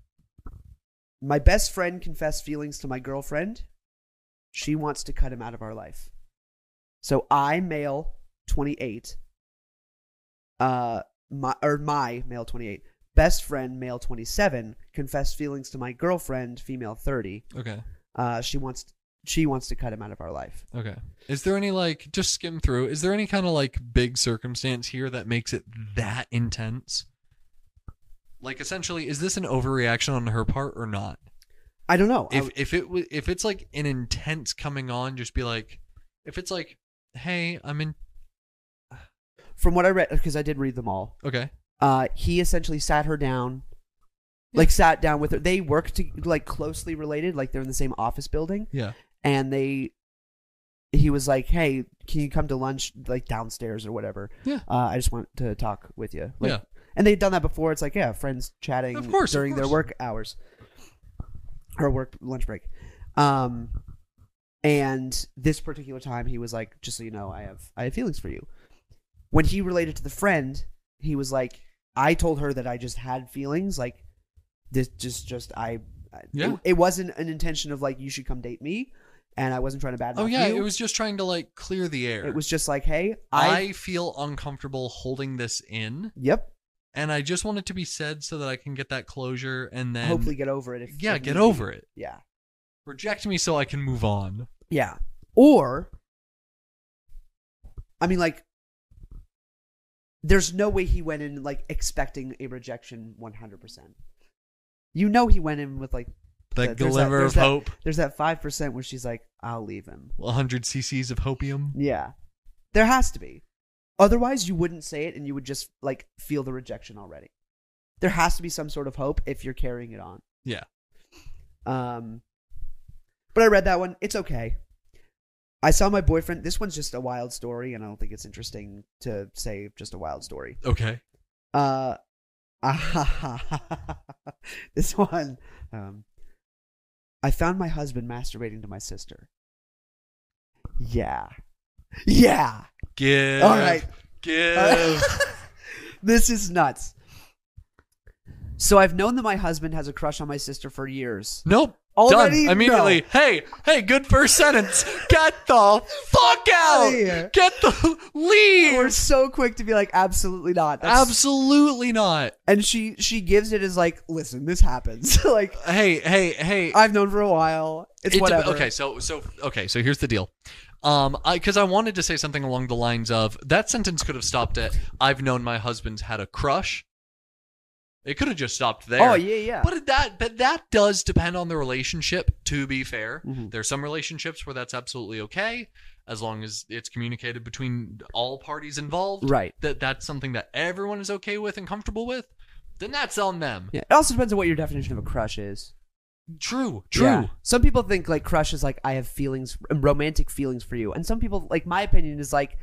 My best friend confessed feelings to my girlfriend. She wants to cut him out of our life. So I, male, 28. Uh, my or my male 28 best friend, male 27, confessed feelings to my girlfriend, female 30.
Okay.
Uh, she wants she wants to cut him out of our life.
Okay. Is there any like just skim through? Is there any kind of like big circumstance here that makes it that intense? Like essentially, is this an overreaction on her part or not?
I don't know. I
If
w-
if it wa- if it's like an intense coming on, just be like, if it's like, hey, I'm in.
from what I read, because I did read them all.
Okay.
uh, he essentially sat her down, like sat down with her. They work to, like closely related, like they're in the same office building,
Yeah.
and they. He was like, "Hey, can you come to lunch, like downstairs or whatever?
Yeah.
Uh, I just want to talk with you." Like,
Yeah.
And they've done that before. It's like, yeah, friends chatting
Of course, of
during their
course.
work hours, or work lunch break. Um, and this particular time, he was like, "Just so you know, I have I have feelings for you." When he related to the friend, he was like, "I told her that I just had feelings. Like this, just just I." I-
Yeah.
It, it wasn't an intention of like you should come date me, and I wasn't trying to badmouth
Oh yeah,
you.
it was just trying to like clear the air.
It was just like, hey, I,
I feel uncomfortable holding this in,
yep,
and I just want it to be said so that I can get that closure, and then
hopefully get over it. If
yeah,
if
get
need be."
over it.
Yeah,
Reject me so I can move on.
Yeah. Or, I mean, like, there's no way he went in, like, expecting a rejection 100%. You know, he went in with, like,
That
there's
glimmer
there's
of hope.
There's that 5% where she's like, I'll leave him.
100 cc's of hopium.
Yeah. There has to be. Otherwise, you wouldn't say it and you would just, like, feel the rejection already. There has to be some sort of hope if you're carrying it on.
Yeah.
Um, but I read that one. It's okay. I saw my boyfriend. This one's just a wild story, and I don't think it's interesting to say just a wild story.
Okay.
Uh, (laughs) this one. Um, I found my husband masturbating to my sister. Yeah. Yeah.
Give.
All right.
Give.
(laughs) this is nuts. So I've known that my husband has a crush on my sister for years.
nope.
Already
Done immediately. Hey, hey, good first sentence. Get the fuck out.
here.
Get the (laughs)
no. We're
leave.
so quick to be like, absolutely not. That's-
Absolutely not.
and she she gives it as like, listen, this happens. (laughs) like
Hey, hey, hey.
I've known for a while. It's
It dep-
whatever.
okay, so so okay, so here's the deal. Um, I because I wanted to say something along the lines of that sentence could have stopped at I've known my husband's had a crush. It could have just stopped there.
Oh yeah, yeah.
But that but that does depend on the relationship. To be fair,
Mhm.
there's some relationships where that's absolutely okay, as long as it's communicated between all parties involved.
Right.
That that's something that everyone is okay with and comfortable with. Then that's on them.
yeah. It also depends on what your definition of a crush is.
True. True.
Yeah. Some people think like crush is like I have feelings, romantic feelings for you, and some people like my opinion is like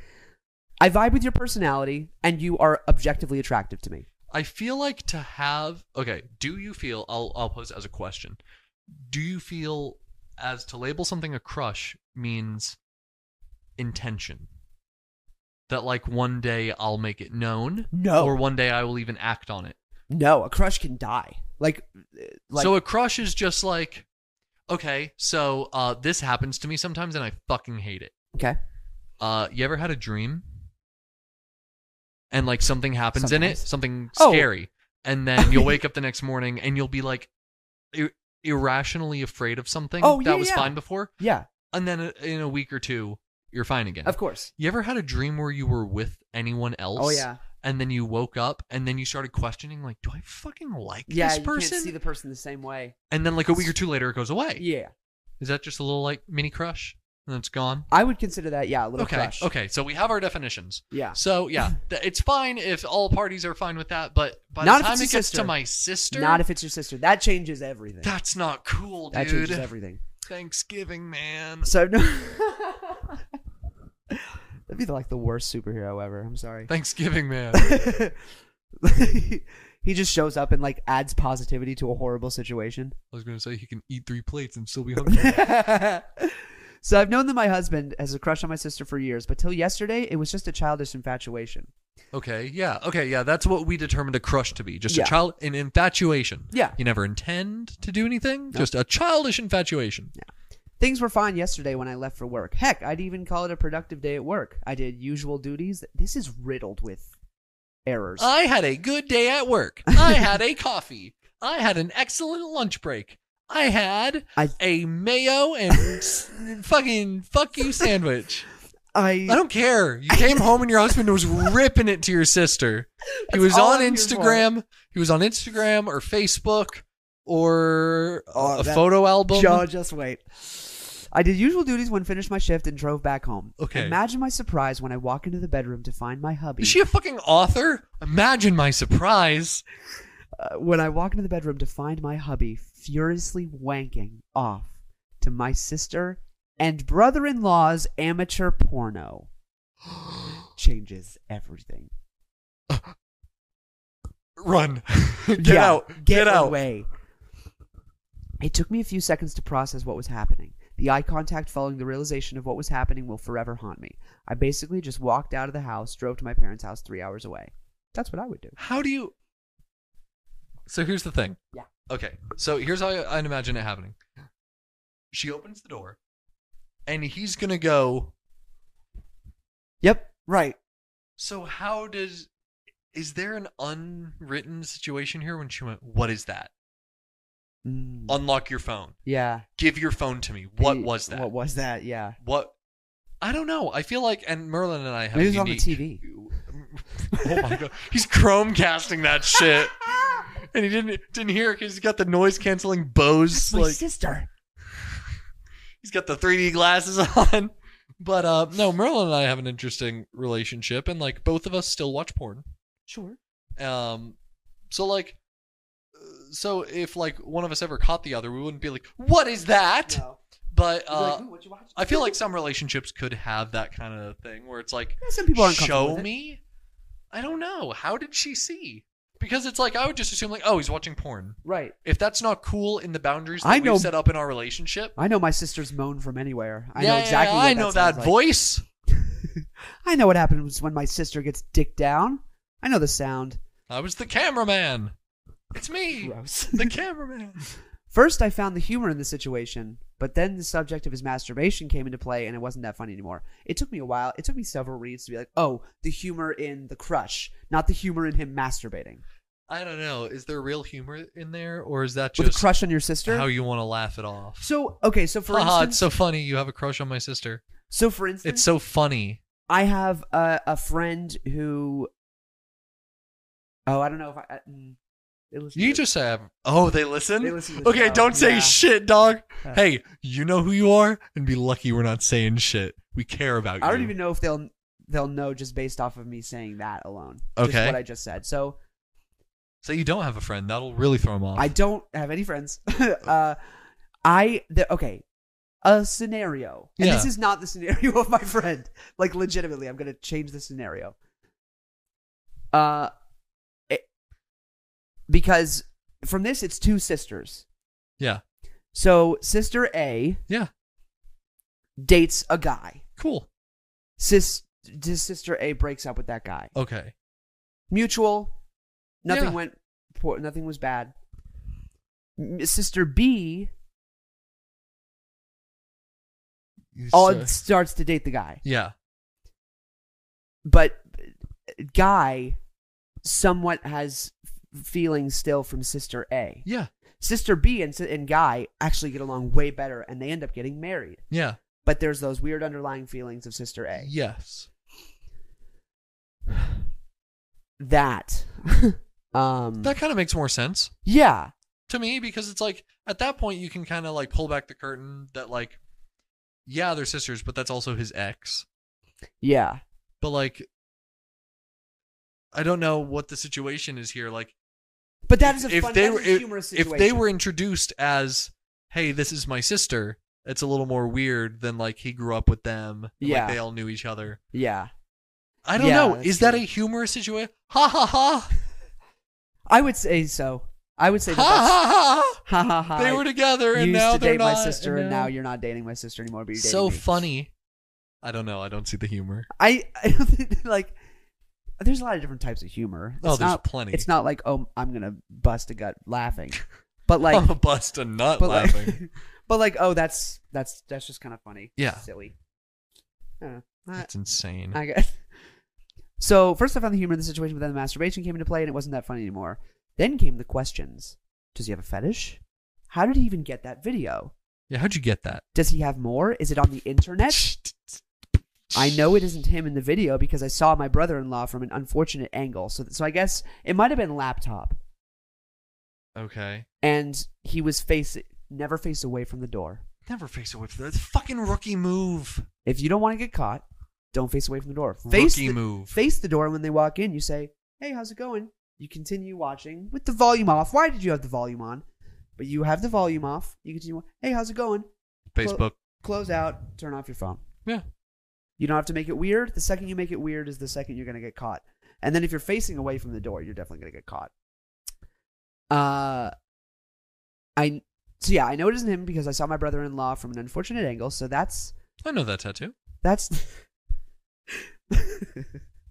I vibe with your personality and you are objectively attractive to me.
I feel like to have okay, do you feel I'll I'll pose it as a question. Do you feel as to label something a crush means intention? That like one day I'll make it known
No.
or one day I will even act on it.
No, a crush can die. Like, uh, like
so a crush is just like okay, so uh this happens to me sometimes and I fucking hate it.
okay.
Uh you ever had a dream? And like something happens in it,
Sometimes.
something
Oh.
scary.
(laughs)
And then you'll wake up the next morning and you'll be like ir- irrationally afraid of something
Oh,
that
yeah,
was
yeah.
fine before.
Yeah,
And then uh, in a week or two, you're fine again.
of course.
You ever had a dream where you were with anyone else?
Oh yeah,
And then you woke up and then you started questioning, like, do I fucking like
yeah.
this
you
person?
can't see the person the same way.
and then like a week or two later, it goes away.
Yeah,
Is that just a little like mini crush? And then it's gone?
I would consider that. Yeah, a little
okay.
crush.
Okay. So we have our definitions.
Yeah.
So yeah, th- it's fine if all parties are fine with that. But by
Not
the
if
time
it's
it
your
gets to
sister.
my sister,
Not if it's your sister. That changes everything.
that's not cool,
that
dude.
changes everything.
Thanksgiving, man.
So no. (laughs) That'd be like the worst superhero ever. I'm sorry. (laughs)
Thanksgiving, man.
he just shows up and like adds positivity to a horrible situation. (laughs)
I was gonna say he can eat three plates and still be hungry.
so I've known that my husband has a crush on my sister for years, but till yesterday it was just a childish infatuation.
okay. Yeah. Okay. Yeah. That's what we determined a crush to be. Just
Yeah.
a child, an infatuation.
Yeah.
You never intend to do anything. Just a childish infatuation.
Things were fine yesterday when I left for work. Heck, I'd even call it a productive day at work. I did usual duties. This is riddled with errors.
I had a good day
(laughs)
at work. I had a coffee. I had an excellent lunch break. I had
I-
a mayo and s- (laughs) fucking fuck you sandwich. I don't care. You came home and your husband was ripping it to your sister. He
That's
was
all I'm
on
here
Instagram. He was on Instagram or Facebook or
Oh,
a
that-
photo album.
Joe, just wait. I did usual duties when finished my shift and drove back home.
Okay.
Imagine my surprise when I walk into the bedroom to find my hubby.
Is she a fucking author? Imagine my surprise.
Uh, when I walk into the bedroom to find my hubby furiously wanking off to my sister and brother-in-law's amateur
(gasps)
porno. Changes everything.
Run. (laughs)
(laughs)
get
Yeah,
out. Get, out.
away. It took me a few seconds to process what was happening. The eye contact following the realization of what was happening will forever haunt me. I basically just walked out of the house, drove to my parents' house three hours away. That's what I would do.
How do you. So here's the thing.
Yeah.
Okay. So here's how I, I'd imagine it happening. She opens the door and he's going to go.
Yep. Right.
So how does is there an unwritten situation here when she went, What is that?
Mm.
Unlock your phone.
yeah.
Give your phone to me. Uh, What
Y-
was that?
What
What,
was that? Yeah.
I don't know. I feel like and Merlin and I have
Maybe
a
it was on the
unique-
TV.
(laughs) oh my god. He's chromecasting that shit.
Ah,
And he didn't didn't hear it because he's got the noise canceling
(laughs)
Bose
My
like
sister.
he's got the 3D glasses (laughs) on. But uh no, Merlin and I have an interesting relationship and like both of us still watch porn.
Sure.
Um, so like, uh, so if like one of us ever caught the other, we wouldn't be like, "What is that?" But uh, I feel like some relationships could have that kind of thing where it's like,
some people aren't comfortable
"Show
with it.
me." I don't know. How did she see? Because it's like I would just assume like, "Oh, he's watching porn."
Right.
If that's not cool in the boundaries that
I know-
we've set up in our relationship,
I know my sister's moan from anywhere. I
Yeah,
know
yeah,
exactly.
yeah,
what
I know
sounds
that
like.
voice.
I know what happens when my sister gets dicked down. I know the sound.
I was the cameraman. It's
(laughs)
me,
Gross.
the cameraman.
First, I found the humor in the situation, but then the subject of his masturbation came into play, and it wasn't that funny anymore. It took me a while. It took me several reads to be like, oh, the humor in the crush, not the humor in him masturbating.
I don't know. Is there real humor in there, or is that
With a
just
crush on your sister?
how you want to laugh it off?
so okay, so for
Haha,
instance,
it's so funny. You have a crush on my sister.
so for instance,
It's so funny.
I have a, a friend who. Oh, I don't know if I. I mm, they listen
You
to
just say, I have- "Oh, they listen."
They listen to the
okay,
show,
don't say
yeah.
shit, dog.
Uh.
hey, you know who you are, and be lucky we're not saying shit. We care about
it.
you.
I don't even know if they'll they'll know just based off of me saying that alone. Just
Okay.
what I just said. So
So you don't have a friend. That'll really throw them off.
I don't have any friends. (laughs)
Oh.
uh, I the, okay, a scenario, and this
Yeah.
is not the (laughs) scenario of my friend. Like legitimately, I'm gonna change the scenario. Uh, it- because from this, it's two sisters.
yeah.
So sister A
Yeah.
dates a guy.
Cool.
Sis, his sister A breaks up with that guy.
Okay.
Mutual, nothing
Yeah.
went, poor, nothing was bad. M- Sister B
You
all
s-
starts to date the guy,
yeah.
but uh, guy somewhat has f- feelings still from sister A.
Yeah.
Sister B and, si- and guy actually get along way better, and they end up getting married.
Yeah.
But there's those weird underlying feelings of sister A.
Yes.
That, (laughs) um,
That kind of makes more sense
yeah,
to me because it's like at that point you can kind of like pull back the curtain that like, yeah, they're sisters, but that's also his ex.
yeah.
But like, I don't know what the situation is here. Like,
But that is a
if
fun,
they
that
were
is a
if,
humorous
if
situation.
they were introduced as, hey, this is my sister. It's a little more weird than like he grew up with them. and,
Yeah.
Like they all knew each other.
yeah,
I don't
Yeah,
know.
that's
Is that a
true.
humorous situation? Ha ha ha!
I would say so. I would say
Ha
that that's- ha
ha
ha
ha!
ha.
They were together,
you
and
used
now
to
they're
date
not.
my sister, and now you're not dating my sister anymore. But you're dating
so
me.
funny. I don't know. I don't see the humor.
I, I don't think- like. There's a lot of different types of humor. It's
Oh, there's
not,
plenty.
It's not like oh, I'm gonna bust a gut laughing, but
(laughs)
like,
I'm a bust a nut
but
Oh, laughing.
like, but like, oh, that's that's that's just kind of funny.
Yeah.
silly. I don't know. (laughs) I-
That's insane.
I guess. (laughs) So first, I found the humor in the situation, but then the masturbation came into play, and it wasn't that funny anymore. Then came the questions: Does he have a fetish? How did he even get that video?
yeah, how'd you get that?
Does he have more? Is it on the internet? I know it isn't him in the video because I saw my brother-in-law from an unfortunate angle. So, so I guess it might have been laptop,
Okay.
and he was face never face away from the door.
Never face away from that. It's a fucking rookie move.
If you don't want to get caught, don't face away from the door. Face
Rookie
the,
move.
Face the door and when they walk in. You say, "Hey, how's it going?" You continue watching with the volume off. Why did you have the volume on? But you have the volume off. You continue. Hey, how's it going? Clo-
Facebook.
Close out. Turn off your phone.
Yeah.
You don't have to make it weird. The second you make it weird is the second you're going to get caught. And then if you're facing away from the door, you're definitely going to get caught. Uh, I so yeah, I know it isn't him because I saw my brother-in-law from an unfortunate angle. So that's
I know that tattoo.
that's (laughs)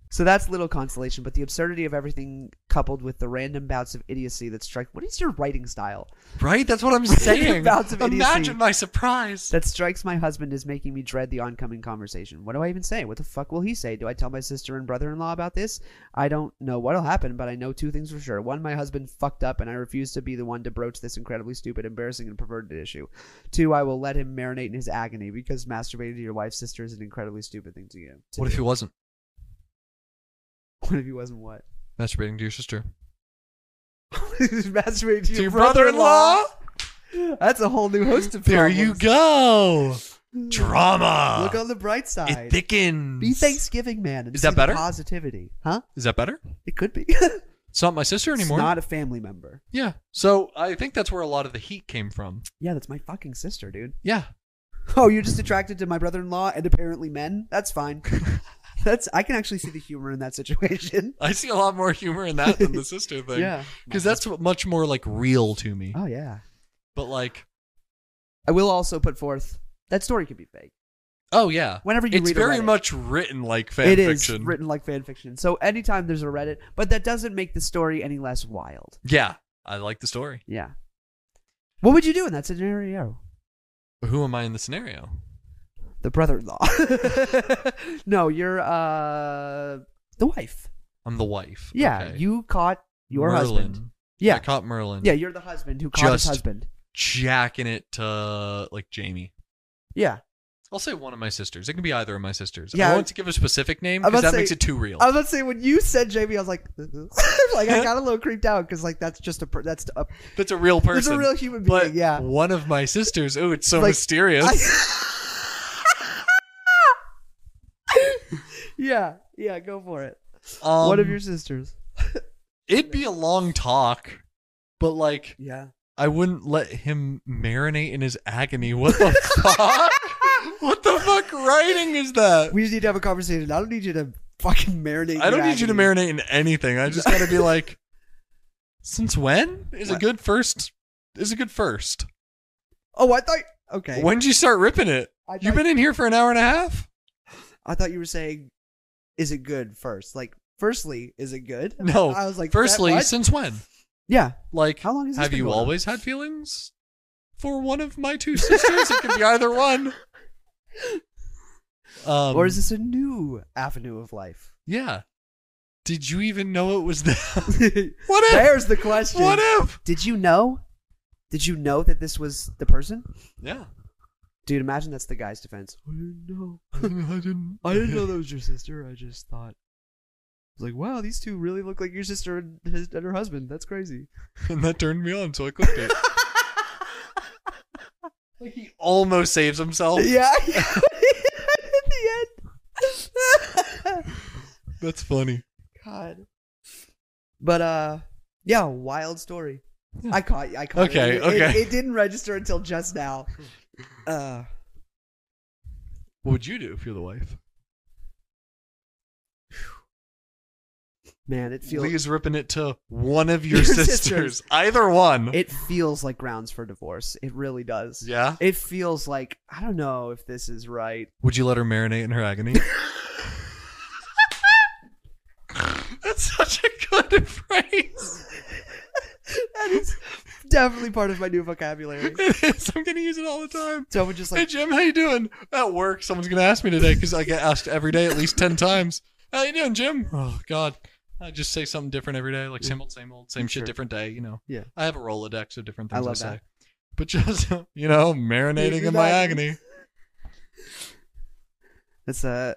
so that's little consolation. But the absurdity of everything, coupled with the random bouts of idiocy that strike, what is your writing style?
Right? That's
(laughs)
what I'm saying.
Bouts of idiocy.
Imagine my surprise.
that strikes my husband as making me dread the oncoming conversation. What do I even say? What the fuck will he say? Do I tell my sister and brother in law about this? I don't know what'll happen, but I know two things for sure. One, my husband fucked up, and I refuse to be the one to broach this incredibly stupid, embarrassing, and perverted issue. Two, I will let him marinate in his agony because masturbating to your wife's sister is an incredibly stupid thing to you. to
What if he
do.
wasn't
(laughs) What if he wasn't what?
masturbating to your sister?
He was masturbating to,
To your brother-in-law?
brother-in-law? That's a whole new host of
There you
problems.
go.
(sighs)
Drama.
Look on the bright side.
it thickens.
Be Thanksgiving man. And
Is
see
that better?
The positivity, huh?
Is that better?
It could be. (laughs)
It's not my sister
it's
anymore.
not a family member.
yeah. So I think that's where a lot of the heat came from.
Yeah, that's my fucking sister, dude.
Yeah.
Oh, you're just attracted to my brother-in-law and apparently men. That's
(laughs)
fine. that's I can actually see the humor in that situation.
I see a lot more humor in that than the sister
(laughs)
thing.
Yeah.
Because that's what- much more like real to me.
Oh yeah.
But like,
I will also put forth that story could be fake.
oh yeah.
Whenever you
it's
read a
very
Reddit.
much written like fan
It is
fiction.
written like fan fiction. So anytime there's a Reddit, but that doesn't make the story any less wild.
Yeah. I like the story.
Yeah. What would you do in that scenario?
Who am I in the scenario?
The brother-in-law. (laughs) no, you're uh the wife.
I'm the wife.
Yeah,
Okay.
you caught your
Merlin.
husband. Yeah.
I caught Merlin.
Yeah, you're the husband who caught his
Just-
husband.
jacking it to like Jamie.
Yeah.
I'll say one of my sisters. It can be either of my sisters.
Yeah,
I
I-
want to give a specific name
I was
because that
about to
makes
say-
it too real.
I was about to say when you said Jamie, I was like, (laughs) like
(laughs)
I got a little creeped out because like that's just a per- that's a,
That's a real
that's
person.
a real human being.
but
yeah.
one of my sisters. Oh, it's so
Like,
mysterious.
(laughs) I- (laughs) yeah, yeah, go for it.
um,
One of your sisters.
It'd be a long talk, but like
Yeah.
I wouldn't let him marinate in his agony. What
(laughs)
the fuck? What the fuck writing is that?
We just need to have a conversation. I don't need you to fucking marinate.
I don't
your
need you to
agony.
marinate in anything. I
(laughs)
just gotta be like, since when is a
What?
good first? Is a good first.
Oh, I thought. Okay.
When'd you start ripping it?
I thought-
You've been in here for an hour and a half?
I thought you were saying, is it good first? Like, firstly, is it (laughs) good?
No.
I was like, that
Firstly,
what?
since when?
yeah.
Like,
How long has this
have
been
you
going on?
always had feelings for one of my two (laughs) sisters? it could be either one.
(laughs)
Um,
or is this a new avenue of (laughs) life?
Yeah. Did you even know it was that?
There's
what if?
the (laughs) question.
What if?
Did you know? Did you know that this was the person?
Yeah.
Dude, imagine that's the guy's defense. I didn't know.
(laughs) I didn't.
I didn't know that was your sister. I just thought. I was like, wow, these two really look like your sister and, his, and her husband. That's crazy.
(laughs) And that turned me on, so I clicked it. like he almost
(laughs)
saves himself.
(laughs) Yeah. At the end. (laughs)
That's funny.
God. But uh, yeah, wild story.
Yeah.
I caught. I caught. It.
Okay,
It,
okay.
It, didn't register until just now. Uh,
What would you do if you're the wife?
man, it feels.
Lee's ripping it to one of
(laughs)
your,
Your
sisters.
sisters.
Either one.
It feels like grounds for divorce. It really does.
yeah.
It feels like I don't know if this is right. (laughs)
Would you let her marinate in her agony? That's such a good (laughs) phrase.
That is definitely part of my new vocabulary.
It is. I'm gonna use it all the time.
So I would just
hey
like,
Jim, how you doing? At work, someone's gonna ask me today because I get asked every day
(laughs)
at least ten times. How you doing, Jim? Oh God, I just say something different every day, like same old, same old, same shit,
Sure.
different day. You know.
Yeah.
I have a rolodex of different
I
things I,
love
say,
that.
but just (laughs) you know, marinating in my
Agony.
agony.
it's uh,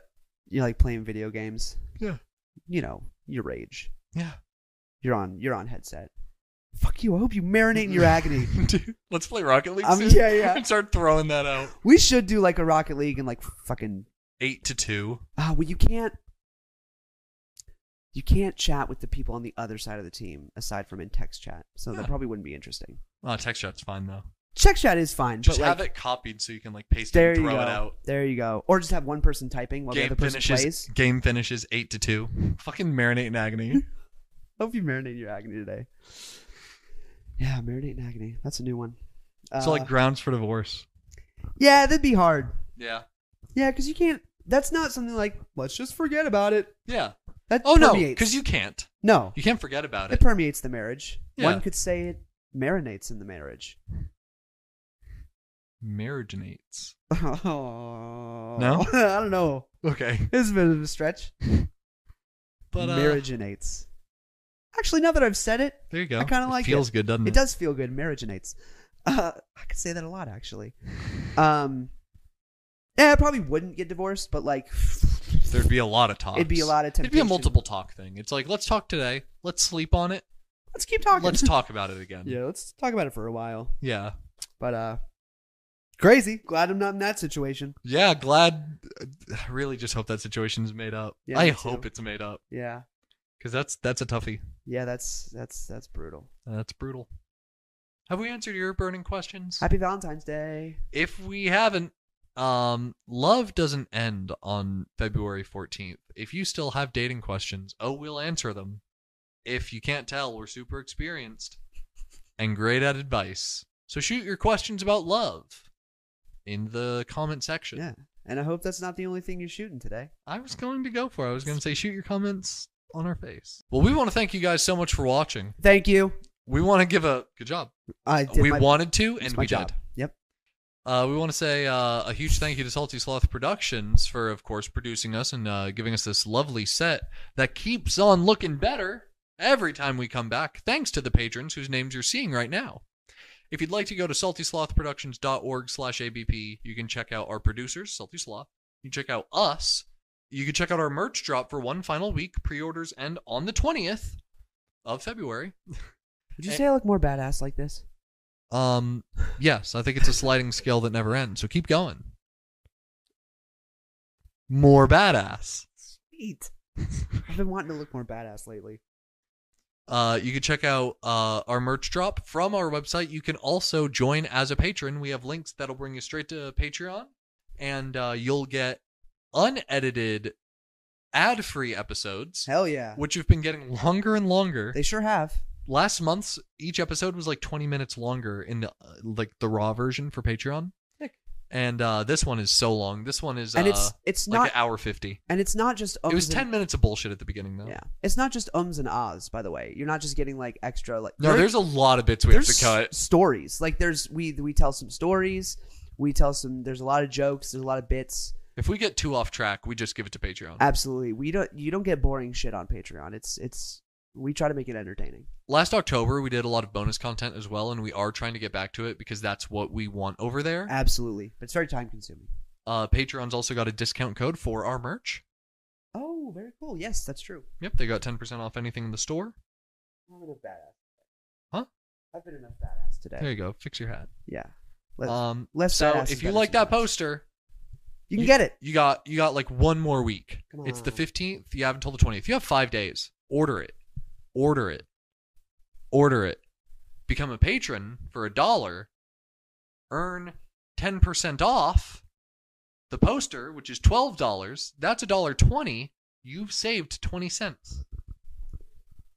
you're like playing video games.
Yeah.
You know, your rage.
Yeah.
You're on. You're on headset. Fuck you. I hope you marinate
(laughs)
in your agony.
Dude, let's play Rocket League.
Um,
soon
yeah, yeah.
(laughs) And start throwing that out.
We should do like a Rocket League and like fucking
Eight to two.
ah, well you can't you can't chat with the people on the other side of the team aside from in text chat, so
Yeah.
that probably wouldn't be interesting.
Oh, text shot's fine though.
Text chat is fine,
Just
but
have
like
it copied so you can like paste it
there
and
you
throw
go,
it out.
there you go, or just have one person typing while the
Game
other person
finishes.
plays.
Game finishes eight to two. Fucking marinate in agony.
Hope you marinate your agony today. Yeah, marinate in agony. That's a new one. Uh,
so like grounds for divorce.
yeah, that'd be hard.
Yeah.
Yeah, because you can't. That's not something like let's just forget about it.
Yeah.
That
Oh no,
permeates.
because you can't.
no
You can't forget about
It
it.
permeates the marriage.
Yeah.
One could say it marinates in the marriage.
Marinates.
(laughs) Oh.
No?
(laughs) I don't know.
Okay.
It's a bit of a stretch.
But uh,
marinates. Actually, now that I've said it,
There you go.
I kinda
It
like
Feels
it.
good, doesn't it?
it does feel good. Marinates. Uh, I could say that a lot, actually. Um, yeah, I probably wouldn't get divorced, but like,
There'd be a lot of talk.
It'd be a lot of
It'd be a
temptation.
multiple talk thing. It's like let's talk today. Let's sleep on it.
(sighs) let's keep talking.
Let's
(laughs)
talk about it again.
Yeah, let's talk about it for a while.
Yeah.
But uh, crazy. Glad I'm not in that situation.
Yeah, glad. I really just hope that situation's made up.
Yeah,
I
me
hope
too.
it's made up
Yeah,
because that's that's a toughie.
yeah. That's that's that's brutal.
That's brutal. Have we answered your burning questions?
Happy Valentine's Day.
if we haven't, um, love doesn't end on February 14th. If you still have dating questions, oh, we'll answer them. If you can't tell, we're super experienced and great at advice. So shoot your questions about love in the comment section.
Yeah, and I hope that's not the only thing you're shooting today.
I was going to go for. it. I was going to say shoot your comments on our face. Well, we want to thank you guys so much for watching.
Thank you.
We want to give a good job.
I did
we
my,
wanted to,
it's
and
my
we
job.
did.
Yep.
Uh, we want to say uh, a huge thank you to Salty Sloth Productions for, of course, producing us and uh, giving us this lovely set that keeps on looking better every time we come back, thanks to the patrons whose names you're seeing right now. If you'd like to go to saltyslothproductions.org slash ABP, you can check out our producers, Salty Sloth. You can check out us. You can check out our merch drop for one final week. Pre-orders end on the 20th of February.
Would
Eh.
you say I look more badass like this?
Um, yes, I think it's a sliding scale that never ends. So keep going. More badass.
Sweet. I've been wanting to look more badass lately.
Uh, you can check out uh, our merch drop from our website. You can also join as a patron. We have links that'll bring you straight to Patreon, and uh, you'll get unedited, ad-free episodes,
Hell yeah.
which have been getting longer and longer.
They sure have.
Last month's each episode was like 20 minutes longer in the, uh, like the raw version for Patreon,
Sick.
and uh, this one is so long. This one is
and
uh,
it's it's
like
not
an hour 50.
and it's not just ums
It was
and-
10 minutes of bullshit at the beginning, though.
Yeah. It's not just ums and ahs, by the way. You're not just getting like extra like
No,
you're-
there's a lot of bits we have
there's
to cut.
s- stories. Like there's we we tell some stories. We tell some. There's a lot of jokes. There's a lot of bits.
If we get too off track, we just give it to Patreon.
Absolutely. We don't. You don't get boring shit on Patreon. It's it's. We try to make it entertaining.
Last October, we did a lot of bonus content as well, and we are trying to get back to it because that's what we want over there.
Absolutely, but it's very time consuming.
Uh, Patreon's also got a discount code for our merch.
Oh, very cool. Yes, that's true.
Yep, they got 10% off anything in the store.
I'm enough badass.
Huh?
I've been enough badass today.
There you go. Fix your hat.
Yeah. Let's,
Um,
less
so
badass is
if you
better
like that
sometimes.
poster,
you can get it.
You got you got like one more week.
Come
It's the
on.
15th. You have until the 20th. You have 5 days. Order it. Order it. Order it. Become a patron for a dollar. Earn 10% off the poster, which is $12. That's a dollar 20. You've saved 20 cents.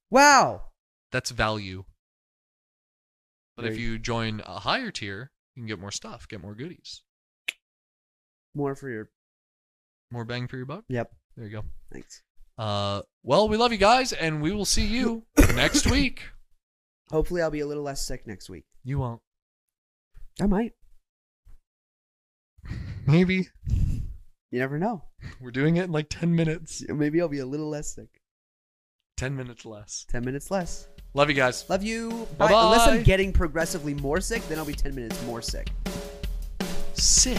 Wow.
That's value. But if
Right.
you join a higher tier, you can get more stuff, get more goodies,
More for your.
more bang for your buck.
Yep.
There you go.
Thanks.
Uh, well, we love you guys, and we will see (coughs) you next week.
Hopefully, I'll be a little less sick next week.
You won't.
I might.
Maybe.
You never know. (laughs)
We're doing it in like 10 minutes.
Maybe I'll be a little less sick.
10 minutes less.
Ten minutes less.
Love you guys.
Love you.
Bye-bye.
Bye. Unless I'm getting progressively more sick, then I'll be ten minutes more sick.
Sick.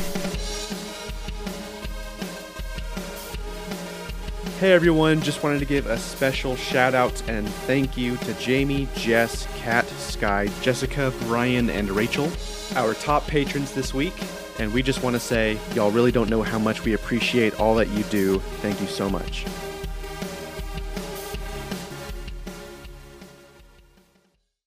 Hey everyone, just wanted to give a special shout out and thank you to Jamie, Jess, Kat, Sky, Jessica, Brian, and Rachel, our top patrons this week. And we just want to say, y'all really don't know how much we appreciate all that you do. Thank you so much.